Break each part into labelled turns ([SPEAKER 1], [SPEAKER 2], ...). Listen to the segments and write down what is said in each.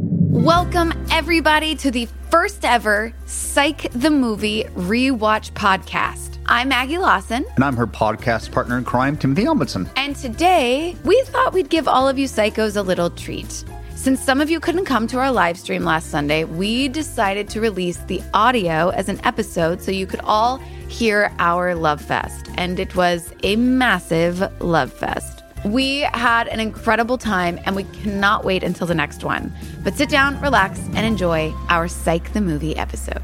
[SPEAKER 1] Welcome, everybody, to the first ever Psych the Movie Rewatch Podcast. I'm Maggie Lawson,
[SPEAKER 2] And I'm her podcast partner in crime, Timothy Elmondson.
[SPEAKER 1] and today we thought we'd give all of you psychos a little treat. Since some of you couldn't come to our live stream last Sunday, we decided to release the audio as an episode so you could all hear our love fest. And it was a massive love fest. We had an incredible time and we cannot wait until the next one. But sit down, relax, and enjoy our Psych the Movie episode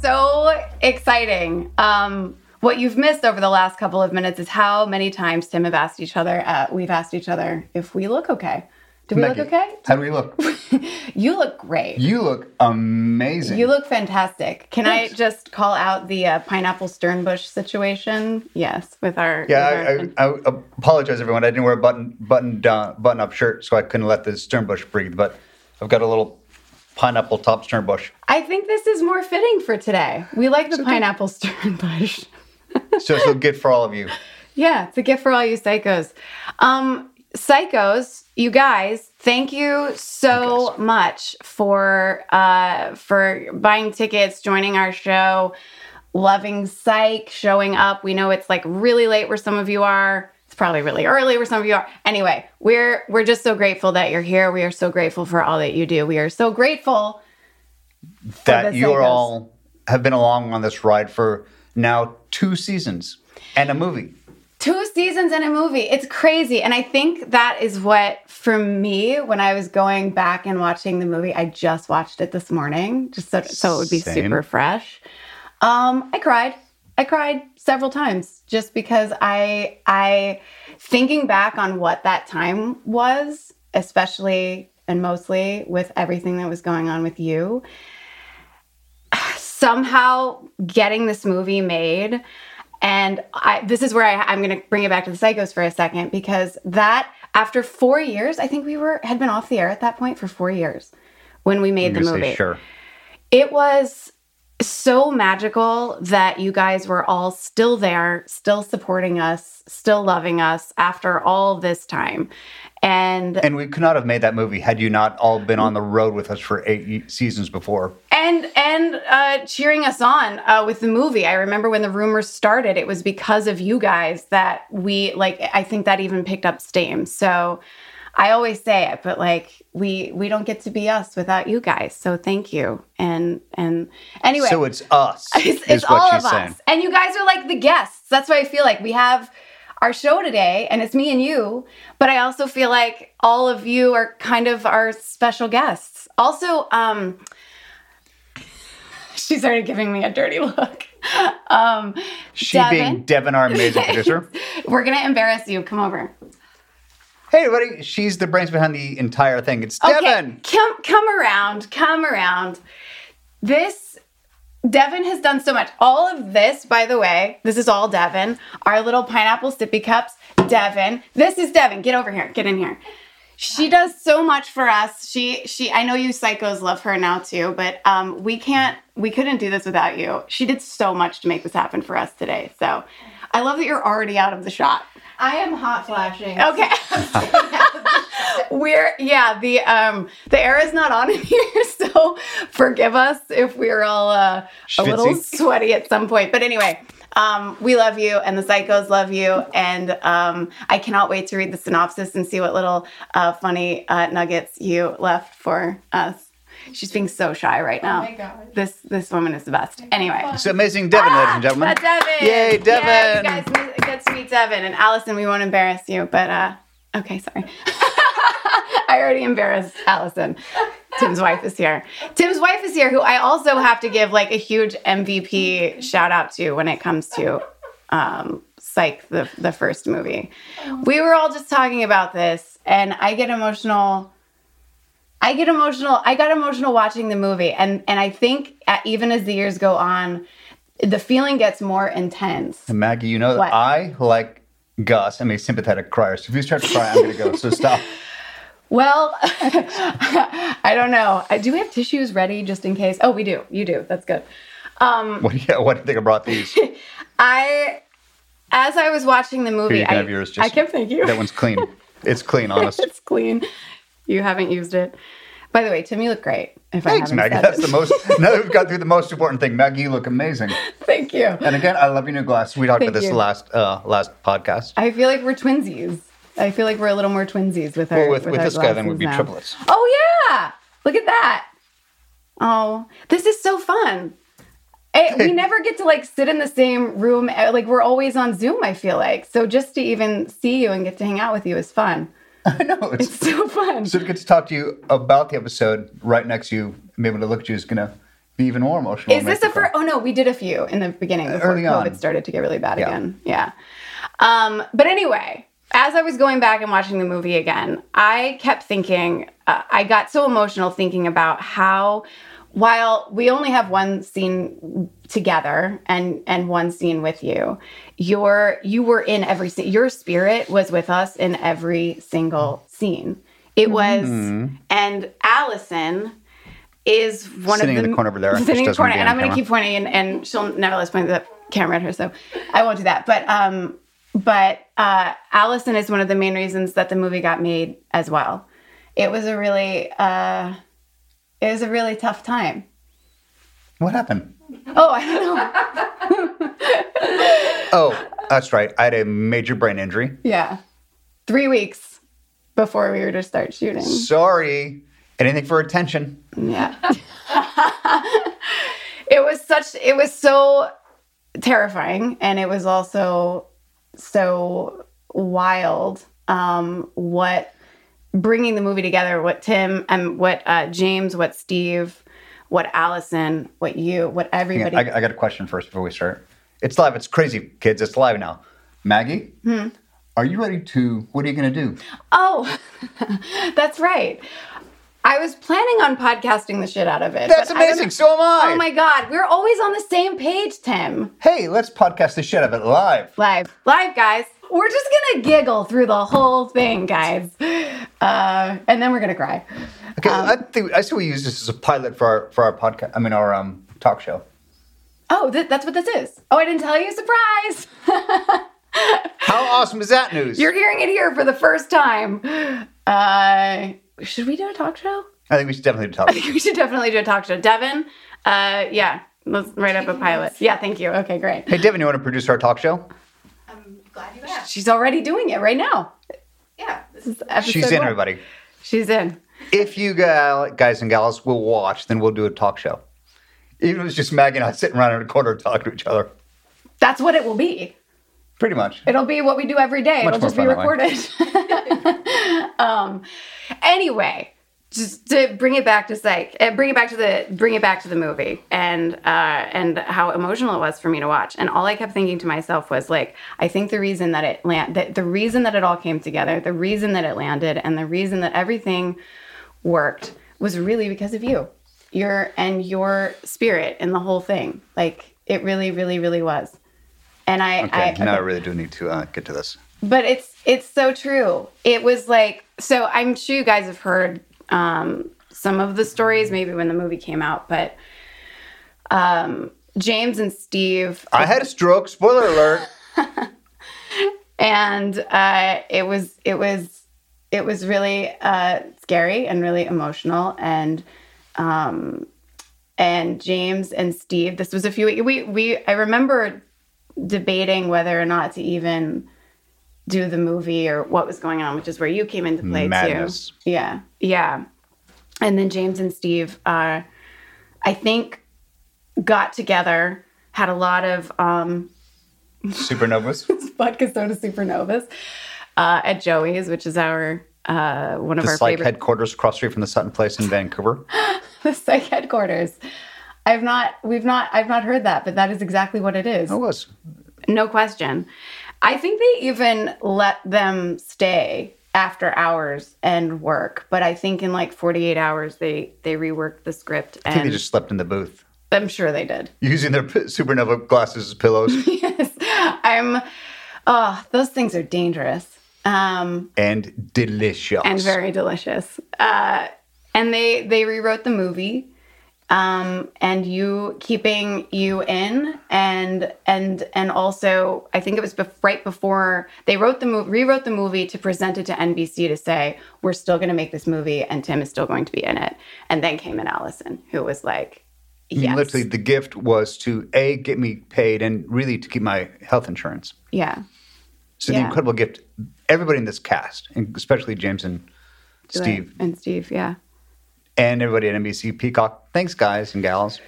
[SPEAKER 1] so exciting. Um, what you've missed over the last couple of minutes is how many times Tim have asked each other, uh, we've asked each other if we look okay. Do we look
[SPEAKER 2] Maggie,
[SPEAKER 1] okay?
[SPEAKER 2] How do we look?
[SPEAKER 1] You look great.
[SPEAKER 2] You look amazing.
[SPEAKER 1] You look fantastic. Can I just call out the uh, pineapple sternbush situation? Yes, with our.
[SPEAKER 2] yeah,
[SPEAKER 1] with
[SPEAKER 2] I,
[SPEAKER 1] our-
[SPEAKER 2] I, I apologize, everyone. I didn't wear a button button down, button up shirt, so I couldn't let the sternbush breathe. But I've got a little pineapple top sternbush.
[SPEAKER 1] I think this is more fitting for today. We like the pineapple sternbush.
[SPEAKER 2] So it's look good for all of you.
[SPEAKER 1] Yeah, it's a gift for all you psychos. Um, psychos, you guys, thank you so much for uh, for buying tickets, joining our show, loving psych, showing up. We know it's like really late where some of you are. It's probably really early where some of you are. Anyway, we're we're just so grateful that you're here. We are so grateful for all that you do. We are so grateful.
[SPEAKER 2] That
[SPEAKER 1] the
[SPEAKER 2] you are
[SPEAKER 1] psychos.
[SPEAKER 2] all have been along on this ride for now two seasons and a movie.
[SPEAKER 1] two seasons in a movie it's crazy and i think that is what for me when i was going back and watching the movie i just watched it this morning just so, so it would be
[SPEAKER 2] Same.
[SPEAKER 1] super fresh um i cried i cried several times just because i i thinking back on what that time was especially and mostly with everything that was going on with you somehow getting this movie made and I, this is where I, I'm going to bring it back to the psychos for a second because that after four years, I think we were had been off the air at that point for four years when we made
[SPEAKER 2] I'm
[SPEAKER 1] the
[SPEAKER 2] gonna say
[SPEAKER 1] movie.
[SPEAKER 2] sure.
[SPEAKER 1] It was so magical that you guys were all still there, still supporting us, still loving us after all this time. And
[SPEAKER 2] And we could not have made that movie had you not all been on the road with us for eight ye- seasons before.
[SPEAKER 1] and and uh, cheering us on uh, with the movie. I remember when the rumors started, it was because of you guys that we like. I think that even picked up steam. So I always say it, but like we we don't get to be us without you guys. So thank you. And and anyway,
[SPEAKER 2] So it's us.
[SPEAKER 1] it's,
[SPEAKER 2] is
[SPEAKER 1] it's
[SPEAKER 2] what
[SPEAKER 1] all
[SPEAKER 2] she's
[SPEAKER 1] of us.
[SPEAKER 2] saying.
[SPEAKER 1] And you guys are like the guests. That's why I feel like we have our show today and it's me and you, but I also feel like all of you are kind of our special guests. Also, um she started giving me a dirty look. Um
[SPEAKER 2] She
[SPEAKER 1] Devin.
[SPEAKER 2] being Devin, our amazing producer.
[SPEAKER 1] we're going to embarrass you. Come over.
[SPEAKER 2] Hey, everybody. She's the brains behind the entire thing. It's Devin.
[SPEAKER 1] Come come around. Come around. This Devin has done so much. All of this, by the way, this is all Devin. Our little pineapple sippy cups, Devin. This is Devin. Get over here. Get in here. She does so much for us. She she I know you psychos love her now too, but um we can't we couldn't do this without you. She did so much to make this happen for us today. So I love that you're already out of the shot.
[SPEAKER 3] I am hot flashing.
[SPEAKER 1] Okay. we're yeah, the um the air is not on in here, so forgive us if we're all uh, a little
[SPEAKER 2] Schwitzy.
[SPEAKER 1] sweaty at some point. But anyway, um we love you and the psychos love you and um I cannot wait to read the synopsis and see what little uh funny uh nuggets you left for us. She's being so shy right now.
[SPEAKER 3] my gosh.
[SPEAKER 1] This this woman is the best. Anyway.
[SPEAKER 2] It's amazing Devin, ladies and gentlemen.
[SPEAKER 1] Uh, Devin.
[SPEAKER 2] Yay,
[SPEAKER 1] Yay, you
[SPEAKER 2] Devin.
[SPEAKER 1] guys meet- get to meet Devin. And Allison, we won't embarrass you, but uh, okay, sorry. I already embarrassed Allison. Tim's wife is here. Tim's wife is here, who I also have to give like a huge MVP shout out to when it comes to um, Psych, the, the first movie. We were all just talking about this, and I get emotional. I get emotional. I got emotional watching the movie, and and I think uh, even as the years go on, the feeling gets more intense.
[SPEAKER 2] And Maggie, you know that
[SPEAKER 1] What?
[SPEAKER 2] I, like Gus, am a sympathetic crier. So if you start to cry, I'm going to go. So stop.
[SPEAKER 1] Well, I don't know. I- Do we have tissues ready just in case? Oh, we do. You do. That's good.
[SPEAKER 2] What do you, what do you think I brought these?
[SPEAKER 1] I, as I was watching the movie,
[SPEAKER 2] Here, you can
[SPEAKER 1] I,
[SPEAKER 2] have yours,
[SPEAKER 1] I
[SPEAKER 2] just-
[SPEAKER 1] can thank you.
[SPEAKER 2] That one's clean. It's clean, honest.
[SPEAKER 1] it's clean. You haven't used it. By the way, Tim, you look great. If
[SPEAKER 2] Thanks,
[SPEAKER 1] I haven't
[SPEAKER 2] Maggie.
[SPEAKER 1] said
[SPEAKER 2] That's
[SPEAKER 1] it.
[SPEAKER 2] the most. Now that we've got through the most important thing. Maggie, you look amazing.
[SPEAKER 1] Thank you.
[SPEAKER 2] And again, I love your new glass. We talked
[SPEAKER 1] Thank
[SPEAKER 2] about this
[SPEAKER 1] you.
[SPEAKER 2] last uh, last podcast.
[SPEAKER 1] I feel like we're twinsies. I feel like we're a little more twinsies with our
[SPEAKER 2] Well, with,
[SPEAKER 1] with,
[SPEAKER 2] with,
[SPEAKER 1] our
[SPEAKER 2] this guy, then
[SPEAKER 1] glasses
[SPEAKER 2] we'd be
[SPEAKER 1] now.
[SPEAKER 2] triplets.
[SPEAKER 1] Oh yeah! Look at that. Oh, this is so fun. Eh, we never get to like sit in the same room. eh, Like we're always on Zoom. I feel like so just to even see you and get to hang out with you is fun.
[SPEAKER 2] I know. It's,
[SPEAKER 1] It's so fun.
[SPEAKER 2] so to get to talk to you about the episode right next to you, and be able to look at you is gonna be even more emotional.
[SPEAKER 1] Is
[SPEAKER 2] and
[SPEAKER 1] this
[SPEAKER 2] make
[SPEAKER 1] a
[SPEAKER 2] you cry.
[SPEAKER 1] first? Oh no, we did a few in the beginning before
[SPEAKER 2] Early on.
[SPEAKER 1] COVID started to get really bad
[SPEAKER 2] Yeah.
[SPEAKER 1] again. Yeah. Um, but anyway, as I was going back and watching the movie again, I kept thinking. Uh, I got so emotional thinking about how, while we only have one scene together and and one scene with you, your you were in every scene. Your spirit was with us in every single scene. It was,
[SPEAKER 2] Mm-hmm.
[SPEAKER 1] and Allison is one
[SPEAKER 2] Sitting
[SPEAKER 1] of
[SPEAKER 2] in the corner over there.
[SPEAKER 1] Sitting in
[SPEAKER 2] She
[SPEAKER 1] the
[SPEAKER 2] doesn't
[SPEAKER 1] corner,
[SPEAKER 2] wanna be
[SPEAKER 1] and
[SPEAKER 2] on
[SPEAKER 1] I'm going to
[SPEAKER 2] camera.
[SPEAKER 1] keep pointing, and, and she'll never let us point the camera at her, so I won't do that. But um, but uh, Allison is one of the main reasons that the movie got made as well. It was a really uh, it was a really tough time.
[SPEAKER 2] What happened?
[SPEAKER 1] Oh, I don't know.
[SPEAKER 2] Oh, that's right. I had a major brain injury.
[SPEAKER 1] Yeah, three weeks before we were to start shooting.
[SPEAKER 2] Sorry. Anything for attention.
[SPEAKER 1] Yeah. it was such it was so terrifying and it was also so wild um what bringing the movie together what Tim and what uh James what Steve what Allison what you what
[SPEAKER 2] Hang
[SPEAKER 1] everybody
[SPEAKER 2] on, I, I got a question first before we start. It's live. It's crazy, kids. It's live now. Maggie,
[SPEAKER 1] Hmm.
[SPEAKER 2] are you ready to? What are you gonna do?
[SPEAKER 1] Oh, that's right. I was planning on podcasting the shit out of it.
[SPEAKER 2] That's
[SPEAKER 1] but I don't-
[SPEAKER 2] amazing. So am I.
[SPEAKER 1] Oh my god, we're always on the same page, Tim.
[SPEAKER 2] Hey, let's podcast the shit out of it live.
[SPEAKER 1] live live guys we're just gonna giggle through the whole thing guys uh, and then we're gonna cry
[SPEAKER 2] Okay,
[SPEAKER 1] Um,
[SPEAKER 2] I think I see we use this as a pilot for our for our podcast. I mean our um talk show.
[SPEAKER 1] oh th- that's what this is oh i didn't tell you surprise
[SPEAKER 2] How awesome is that news?
[SPEAKER 1] you're hearing it here for the first time uh, should we do a talk show
[SPEAKER 2] I think we should definitely talk.
[SPEAKER 1] I think we should definitely do a talk show devin uh, yeah let's write up a pilot yeah thank you okay great
[SPEAKER 2] hey, Devin, you want to produce our talk show?
[SPEAKER 3] I'm glad you asked.
[SPEAKER 1] she's already doing it right now
[SPEAKER 3] Yeah, this is
[SPEAKER 1] Episode
[SPEAKER 2] She's in,
[SPEAKER 1] one.
[SPEAKER 2] everybody.
[SPEAKER 1] she's in
[SPEAKER 2] If you gal- guys and gals will watch, then we'll do a talk show. Even if it's just Maggie and I sitting around in a corner talking to each other,
[SPEAKER 1] that's what it will be
[SPEAKER 2] pretty much.
[SPEAKER 1] It'll be what we do every day.
[SPEAKER 2] Much
[SPEAKER 1] It'll just be
[SPEAKER 2] more fun
[SPEAKER 1] recorded. um, anyway, just to bring it back to psych, uh, bring it back to the bring it back to the movie, and uh, and how emotional it was for me to watch. And all I kept thinking to myself was like, I think the reason that it land, that the reason that it all came together, the reason that it landed, and the reason that everything worked was really because of you, your and your spirit and the whole thing. Like it really, really, really was. And I, I
[SPEAKER 2] Okay, now I
[SPEAKER 1] okay.
[SPEAKER 2] really do need to uh, get to this.
[SPEAKER 1] But it's it's so true. It was like so. I'm sure you guys have heard um, some of the stories, maybe when the movie came out. But um, James and Steve,
[SPEAKER 2] I had a stroke. Spoiler alert.
[SPEAKER 1] and uh, it was it was it was really uh, scary and really emotional. And um, and James and Steve, this was a few. We we I remember debating whether or not to even do the movie or what was going on, which is where you came into play
[SPEAKER 2] Madness.
[SPEAKER 1] too. Yeah, yeah. And then James and Steve, uh, I think, got together, had a lot of um,
[SPEAKER 2] Supernovas.
[SPEAKER 1] vodka soda supernovas uh, at Joey's, which is our uh, one of
[SPEAKER 2] The
[SPEAKER 1] our
[SPEAKER 2] psych
[SPEAKER 1] favorite
[SPEAKER 2] headquarters across street from the Sutton Place in Vancouver.
[SPEAKER 1] the psych headquarters. I've not, we've not, I've not heard that, but that is exactly what it is.
[SPEAKER 2] It was.
[SPEAKER 1] No question. I think they even let them stay after hours and work, but I think in like 48 hours they they reworked the script
[SPEAKER 2] I think
[SPEAKER 1] and
[SPEAKER 2] they just slept in the booth
[SPEAKER 1] I'm sure they did.
[SPEAKER 2] using their p- supernova glasses as pillows
[SPEAKER 1] yes. I'm oh, those things are dangerous. Um
[SPEAKER 2] and delicious.
[SPEAKER 1] and very delicious. Uh, and they they rewrote the movie, um, and you keeping you in and and and also I think it was bef- right before they wrote the movie rewrote the movie to present it to NBC to say we're still going to make this movie and Tim is still going to be in it and then came in Allison who was like
[SPEAKER 2] I mean,
[SPEAKER 1] yes
[SPEAKER 2] Literally, the gift was to a get me paid and really to keep my health insurance.
[SPEAKER 1] yeah
[SPEAKER 2] So
[SPEAKER 1] Yeah.
[SPEAKER 2] the incredible gift. Everybody in this cast, and especially James and Steve,
[SPEAKER 1] and Steve yeah
[SPEAKER 2] and everybody at NBC Peacock. Thanks, guys and gals.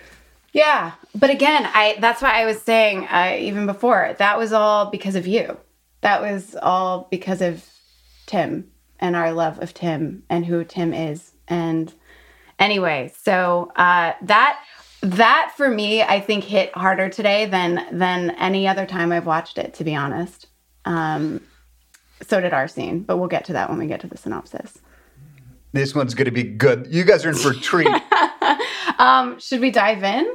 [SPEAKER 1] yeah but again I that's why I was saying uh, even before that was all because of you that was all because of Tim and our love of Tim and who Tim is. And anyway, so uh, that that for me, I think hit harder today than than any other time I've watched it. To be honest, um, so did our scene, but we'll get to that when we get to the synopsis.
[SPEAKER 2] This one's going to be good. You guys are in for a treat.
[SPEAKER 1] Um, should we dive in?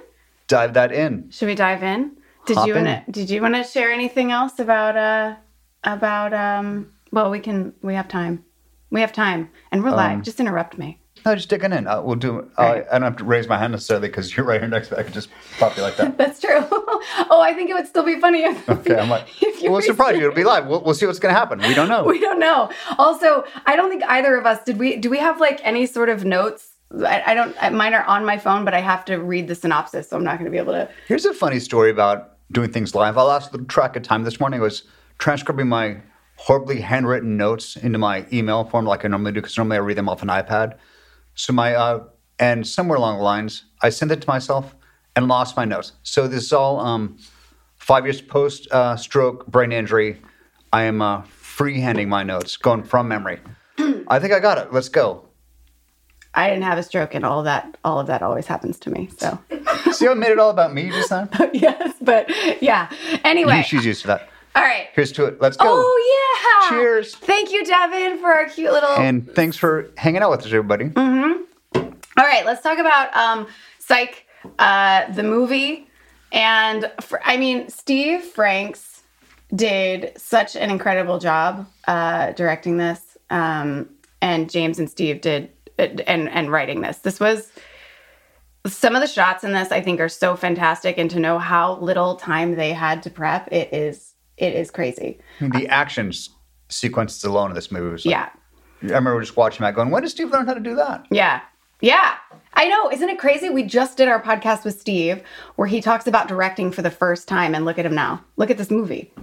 [SPEAKER 2] Dive that in.
[SPEAKER 1] Should we dive in? Did
[SPEAKER 2] Hop
[SPEAKER 1] you
[SPEAKER 2] in.
[SPEAKER 1] want to? Did you want to share anything else about uh about um? Well, we can. We have time. We have time, and we're
[SPEAKER 2] Um,
[SPEAKER 1] live. Just interrupt me.
[SPEAKER 2] No, just digging in. Uh, we'll do. Uh,
[SPEAKER 1] Right.
[SPEAKER 2] I don't have to raise my hand necessarily because you're right here next to me. I could just pop you like that.
[SPEAKER 1] That's true. oh, I think it would still be funny if,
[SPEAKER 2] Okay, I'm like,
[SPEAKER 1] if you
[SPEAKER 2] we'll
[SPEAKER 1] were
[SPEAKER 2] surprise you. It'll be live. We'll, we'll see what's going to happen. We don't know.
[SPEAKER 1] We don't know. Also, I don't think either of us did. We do we have like any sort of notes? I, I don't. I- Mine are on my phone, but I have to read the synopsis, so I'm not going to be able to.
[SPEAKER 2] Here's a funny story about doing things live. I lost the track of time this morning. I was transcribing my horribly handwritten notes into my email form like I normally do because normally I read them off an iPad. So my uh, and somewhere along the lines, I sent it to myself and lost my notes. So this is all um, five years post uh, stroke brain injury. I am uh, freehanding my notes, going from memory. I think I got it. Let's go.
[SPEAKER 1] I didn't have a stroke, and all that, all of that always happens to me. So
[SPEAKER 2] See how I made it all about me just then?
[SPEAKER 1] yes, but yeah. Anyway,
[SPEAKER 2] She's used to that.
[SPEAKER 1] all right.
[SPEAKER 2] Here's to it. Let's go.
[SPEAKER 1] Oh yeah!
[SPEAKER 2] Cheers.
[SPEAKER 1] Thank you, Devin, for our cute little.
[SPEAKER 2] And thanks for hanging out with us, everybody.
[SPEAKER 1] Mm. All right, let's talk about um, Psych, uh, the movie. And fr I mean, Steve Franks did such an incredible job uh, directing this. Um, and James and Steve did, uh, and, and writing this. This was some of the shots in this I think are so fantastic and to know how little time they had to prep it is it is crazy.
[SPEAKER 2] I mean, the action s- sequences alone in this movie was like,
[SPEAKER 1] Yeah.
[SPEAKER 2] I remember just watching that going, when did Steve learn how to do that?
[SPEAKER 1] Yeah. Yeah. I know. Isn't it crazy? We just did our podcast with Steve where he talks about directing for the first time and look at him now. Look at this movie.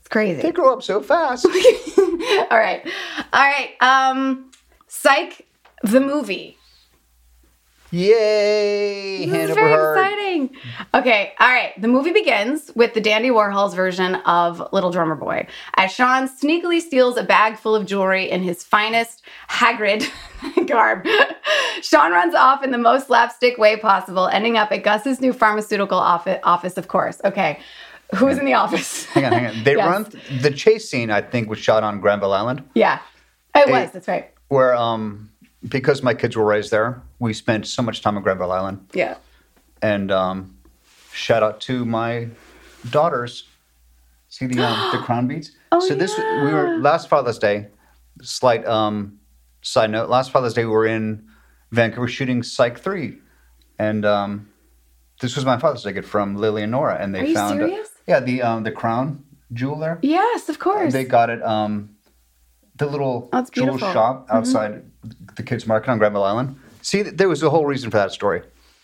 [SPEAKER 1] It's crazy.
[SPEAKER 2] They grow up so fast.
[SPEAKER 1] All right. All right. Um Psych the movie.
[SPEAKER 2] Yay!
[SPEAKER 1] This
[SPEAKER 2] Hand
[SPEAKER 1] is
[SPEAKER 2] over
[SPEAKER 1] very
[SPEAKER 2] heart.
[SPEAKER 1] exciting. Okay, all right. The movie begins with the Dandy Warhol's version of Little Drummer Boy as Sean sneakily steals a bag full of jewelry in his finest Hagrid garb. Sean runs off in the most slapstick way possible, ending up at Gus's new pharmaceutical office, office of course. Okay, who's in the office?
[SPEAKER 2] Hang on, hang on. They
[SPEAKER 1] Yes.
[SPEAKER 2] run th- the chase scene. I think was shot on Granville Island,
[SPEAKER 1] yeah, Oh, it
[SPEAKER 2] Hey.
[SPEAKER 1] was. That's right.
[SPEAKER 2] where um, because my kids were raised there, we spent so much time on Granville Island.
[SPEAKER 1] Yeah.
[SPEAKER 2] And um, shout out to my daughters. See the um, the crown beads.
[SPEAKER 1] Oh,
[SPEAKER 2] so this we were last Father's Day. Slight um, side note: Last Father's Day, we were in Vancouver shooting Psych Three, and um, this was my Father's Day gift from Lily and Nora, and they
[SPEAKER 1] Are you
[SPEAKER 2] found uh,
[SPEAKER 1] serious?
[SPEAKER 2] yeah the um, the crown jewel there.
[SPEAKER 1] Yes, of course.
[SPEAKER 2] They got it. Um, the little
[SPEAKER 1] Oh, it's
[SPEAKER 2] jewel
[SPEAKER 1] beautiful.
[SPEAKER 2] shop outside the kids' market on Granville Island. See, there was a whole reason for that story.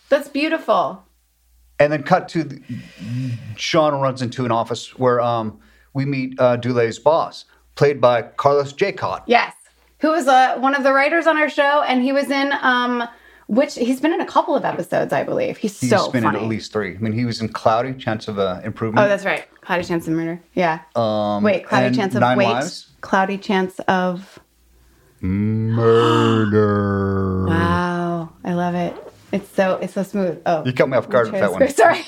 [SPEAKER 1] That's beautiful.
[SPEAKER 2] And then cut to the, Sean runs into an office where um, we meet uh, Dulé's boss, played by Carlos Jacot.
[SPEAKER 1] Yes. Who was uh, one of the writers on our show, and he was in um, which he's been in a couple of episodes, I believe. He's,
[SPEAKER 2] He's
[SPEAKER 1] so
[SPEAKER 2] been
[SPEAKER 1] funny.
[SPEAKER 2] in at least three. I mean, he was in Cloudy, Chance of uh, Improvement.
[SPEAKER 1] oh, that's right. Cloudy Chance of Murder. Yeah.
[SPEAKER 2] um,
[SPEAKER 1] wait, Cloudy
[SPEAKER 2] and
[SPEAKER 1] Chance of
[SPEAKER 2] Nine
[SPEAKER 1] Wait.
[SPEAKER 2] Lives.
[SPEAKER 1] Cloudy Chance of
[SPEAKER 2] Murder.
[SPEAKER 1] Wow. I love it. It's so it's so smooth. Oh.
[SPEAKER 2] You caught me off guard with that one.
[SPEAKER 1] Sorry.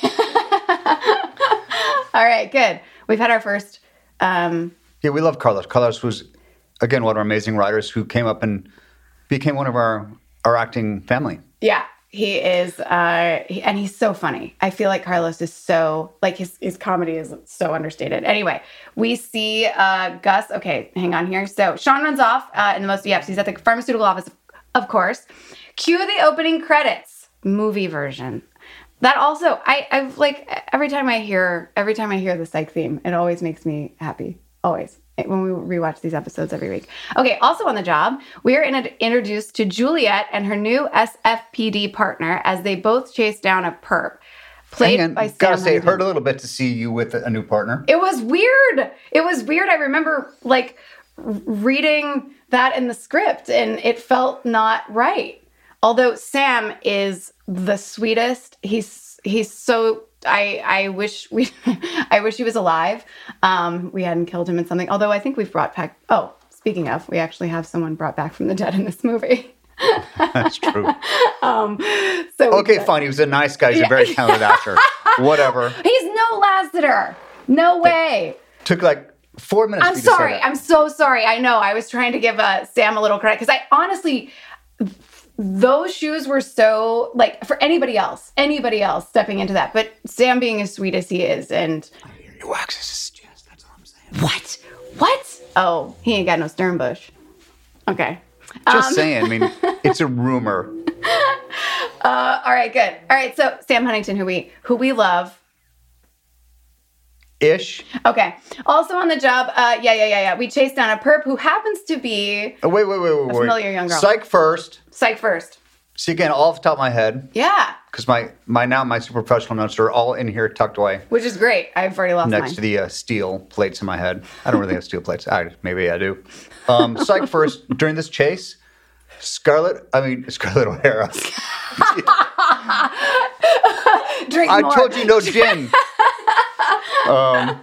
[SPEAKER 1] All right, good. We've had our first um,
[SPEAKER 2] Yeah, we love Carlos. Carlos was, again, one of our amazing writers who came up and became one of our, our acting family.
[SPEAKER 1] Yeah, he is, uh, he- and he's so funny. I feel like Carlos is so like his his comedy is so understated. Anyway, we see uh, Gus. Okay, hang on here. So Sean runs off uh, in the most. Yep, he's at the pharmaceutical office, of course. Cue the opening credits. movie version. That also, I, I've like every time I hear every time I hear the psych theme, it always makes me happy. Always when we rewatch these episodes every week. Okay, also on the job, we are in introduced to Juliet and her new SFPD partner as they both chase down a perp. Played
[SPEAKER 2] Hang on,
[SPEAKER 1] by Sam
[SPEAKER 2] gotta say, it
[SPEAKER 1] Hunter.
[SPEAKER 2] hurt a little bit to see you with a new partner.
[SPEAKER 1] It was weird. It was weird. I remember like r- reading that in the script and it felt not right. Although Sam is the sweetest. He's he's so I I wish we I wish he was alive. Um we hadn't killed him in something. Although I think we've brought back Oh, speaking of, we actually have someone brought back from the dead in this movie.
[SPEAKER 2] That's true.
[SPEAKER 1] So we
[SPEAKER 2] Okay,
[SPEAKER 1] could-
[SPEAKER 2] fine. He was a nice guy. He's
[SPEAKER 1] Yeah.
[SPEAKER 2] a very talented actor. Whatever.
[SPEAKER 1] He's no Lassiter. No way.
[SPEAKER 2] Took like four minutes.
[SPEAKER 1] I'm
[SPEAKER 2] for you to say
[SPEAKER 1] sorry.
[SPEAKER 2] that.
[SPEAKER 1] I'm so sorry. I know. I was trying to give uh, Sam a little credit because I honestly, th- those shoes were so like for anybody else, anybody else stepping into that. But Sam being as sweet as he is, and
[SPEAKER 2] You access his chest. That's all I'm saying.
[SPEAKER 1] what? What? Oh, he ain't got no stern bush. Okay.
[SPEAKER 2] Just
[SPEAKER 1] Um,
[SPEAKER 2] saying. I mean, it's a rumor.
[SPEAKER 1] Uh, all right. Good. All right. So Sam Huntington, who we who we love,
[SPEAKER 2] Ish.
[SPEAKER 1] Okay. Also on the job, uh, yeah, yeah, yeah, yeah. We chase down a perp who happens to be
[SPEAKER 2] Oh, wait, wait, wait, wait, wait.
[SPEAKER 1] familiar young girl.
[SPEAKER 2] Psych first.
[SPEAKER 1] psych first.
[SPEAKER 2] See again, all off the top of my head,
[SPEAKER 1] Yeah,
[SPEAKER 2] because my my now my super professional notes are all in here tucked away
[SPEAKER 1] which is great. I've already lost
[SPEAKER 2] next
[SPEAKER 1] mine.
[SPEAKER 2] to the uh, steel plates in my head. I don't really have steel plates. I maybe I do. Um, psych first during this chase, Scarlet. I mean Scarlet O'Hara.
[SPEAKER 1] Drink
[SPEAKER 2] I
[SPEAKER 1] more.
[SPEAKER 2] told you no gin. Um,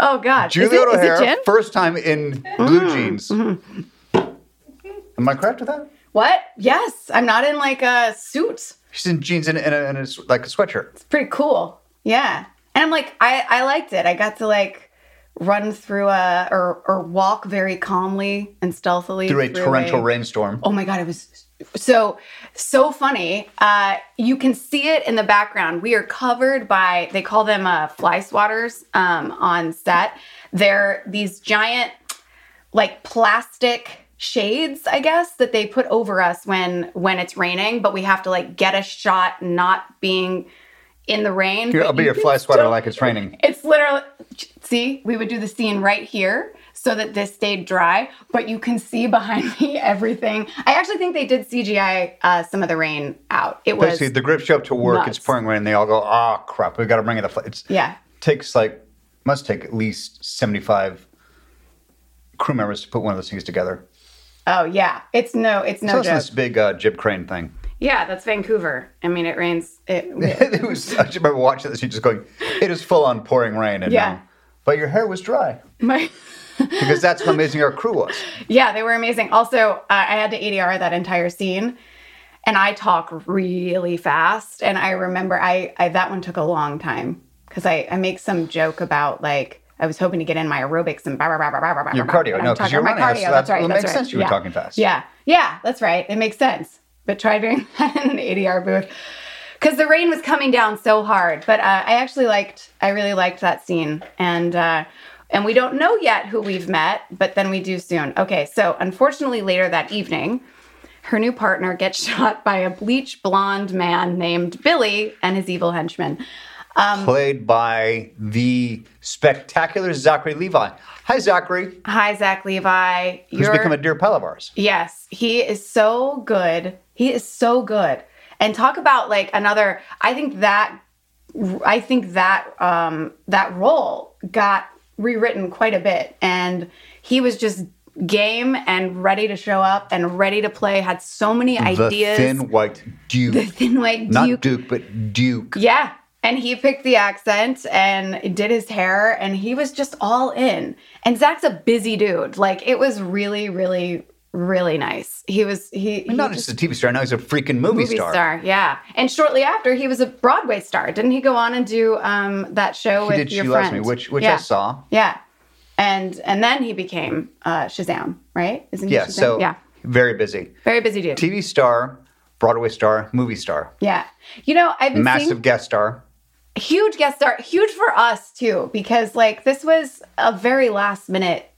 [SPEAKER 1] Oh God, Is
[SPEAKER 2] Juliet
[SPEAKER 1] it- is it
[SPEAKER 2] O'Hara,
[SPEAKER 1] gin?
[SPEAKER 2] first time in blue jeans. Am I correct with that?
[SPEAKER 1] What? Yes, I'm not in like a suit.
[SPEAKER 2] She's in jeans and, and, a, and a, s- like a sweatshirt.
[SPEAKER 1] It's pretty cool. Yeah, and I'm like, I I liked it. I got to like run through a or or walk very calmly and stealthily
[SPEAKER 2] Through a torrential rainstorm.
[SPEAKER 1] oh my god it was so so funny uh you can see it in the background we are covered by they call them uh fly swatters um on set they're these giant like plastic shades i guess that they put over us when when it's raining but we have to like get a shot not being in the rain
[SPEAKER 2] Here,
[SPEAKER 1] but
[SPEAKER 2] I'll be
[SPEAKER 1] you
[SPEAKER 2] your
[SPEAKER 1] can
[SPEAKER 2] fly swatter
[SPEAKER 1] still-
[SPEAKER 2] like it's raining.
[SPEAKER 1] it's literally see, we would do the scene right here so that this stayed dry, but you can see behind me everything. I actually think they did CGI uh, some of the rain out. It was
[SPEAKER 2] Basically, the grips show up to work.
[SPEAKER 1] nuts.
[SPEAKER 2] It's pouring rain. They all go, "Ah, crap! We got to bring it up." It
[SPEAKER 1] yeah,
[SPEAKER 2] takes like must take at least seventy-five crew members to put one of those things together.
[SPEAKER 1] oh yeah, it's no, it's
[SPEAKER 2] so
[SPEAKER 1] no
[SPEAKER 2] it's
[SPEAKER 1] joke.
[SPEAKER 2] this big uh, jib crane thing.
[SPEAKER 1] Yeah, that's Vancouver. I mean, it rains. It,
[SPEAKER 2] it was. I just remember watching this and just going, "It is full on pouring rain." And
[SPEAKER 1] Yeah.
[SPEAKER 2] um, but your hair was dry
[SPEAKER 1] my
[SPEAKER 2] because that's how amazing our crew was.
[SPEAKER 1] yeah, they were amazing. Also, uh, I had to ADR that entire scene, and I talk really fast. And I remember I, I that one took a long time because I, I make some joke about like I was hoping to get in my aerobics and blah blah blah blah blah, blah. blah,
[SPEAKER 2] Your
[SPEAKER 1] blah,
[SPEAKER 2] cardio,
[SPEAKER 1] and I'm
[SPEAKER 2] no, 'cause
[SPEAKER 1] talking
[SPEAKER 2] you're
[SPEAKER 1] about my
[SPEAKER 2] running,
[SPEAKER 1] cardio.
[SPEAKER 2] so
[SPEAKER 1] That's
[SPEAKER 2] that-
[SPEAKER 1] right.
[SPEAKER 2] it
[SPEAKER 1] that's
[SPEAKER 2] makes
[SPEAKER 1] right.
[SPEAKER 2] sense you were
[SPEAKER 1] yeah.
[SPEAKER 2] talking fast.
[SPEAKER 1] Yeah, yeah, that's right. It makes sense. But try doing that in an ADR booth. Because the rain was coming down so hard, but uh, I actually liked, I really liked that scene, and uh, and we don't know yet who we've met, but then we do soon. Okay, so unfortunately, later that evening, her new partner gets shot by a bleach blonde man named Billy and his evil henchman. Um,
[SPEAKER 2] Played by the spectacular Zachary Levi. Hi, Zachary.
[SPEAKER 1] Hi, Zach Levi.
[SPEAKER 2] Who's become a dear pal of ours.
[SPEAKER 1] Yes, he is so good. He is so good. And talk about like another I think that I think that um that role got rewritten quite a bit and he was just game and ready to show up and ready to play had so many ideas.
[SPEAKER 2] The thin white dude.
[SPEAKER 1] the thin white
[SPEAKER 2] Not
[SPEAKER 1] Duke.
[SPEAKER 2] Duke, but Duke.
[SPEAKER 1] Yeah. And he picked the accent and did his hair and he was just all in. And Zach's a busy dude. Like it was really, really, really nice. He was he, he
[SPEAKER 2] Not
[SPEAKER 1] just-
[SPEAKER 2] just a TV star, now he's a freaking movie,
[SPEAKER 1] movie
[SPEAKER 2] star.
[SPEAKER 1] star. Yeah. And shortly after he was a Broadway star. Didn't he go on and do um that
[SPEAKER 2] He
[SPEAKER 1] show with
[SPEAKER 2] did
[SPEAKER 1] your
[SPEAKER 2] She
[SPEAKER 1] friend?
[SPEAKER 2] Loves Me, which which
[SPEAKER 1] yeah.
[SPEAKER 2] I saw.
[SPEAKER 1] Yeah. And and then he became uh Shazam, right? Isn't he
[SPEAKER 2] Yeah,
[SPEAKER 1] Shazam?
[SPEAKER 2] so
[SPEAKER 1] yeah.
[SPEAKER 2] very busy.
[SPEAKER 1] Very busy dude.
[SPEAKER 2] TV star, Broadway star, movie star,
[SPEAKER 1] yeah. You know, I've been
[SPEAKER 2] massive
[SPEAKER 1] seeing
[SPEAKER 2] guest star.
[SPEAKER 1] huge guest star, huge for us too, because like this was a very last minute,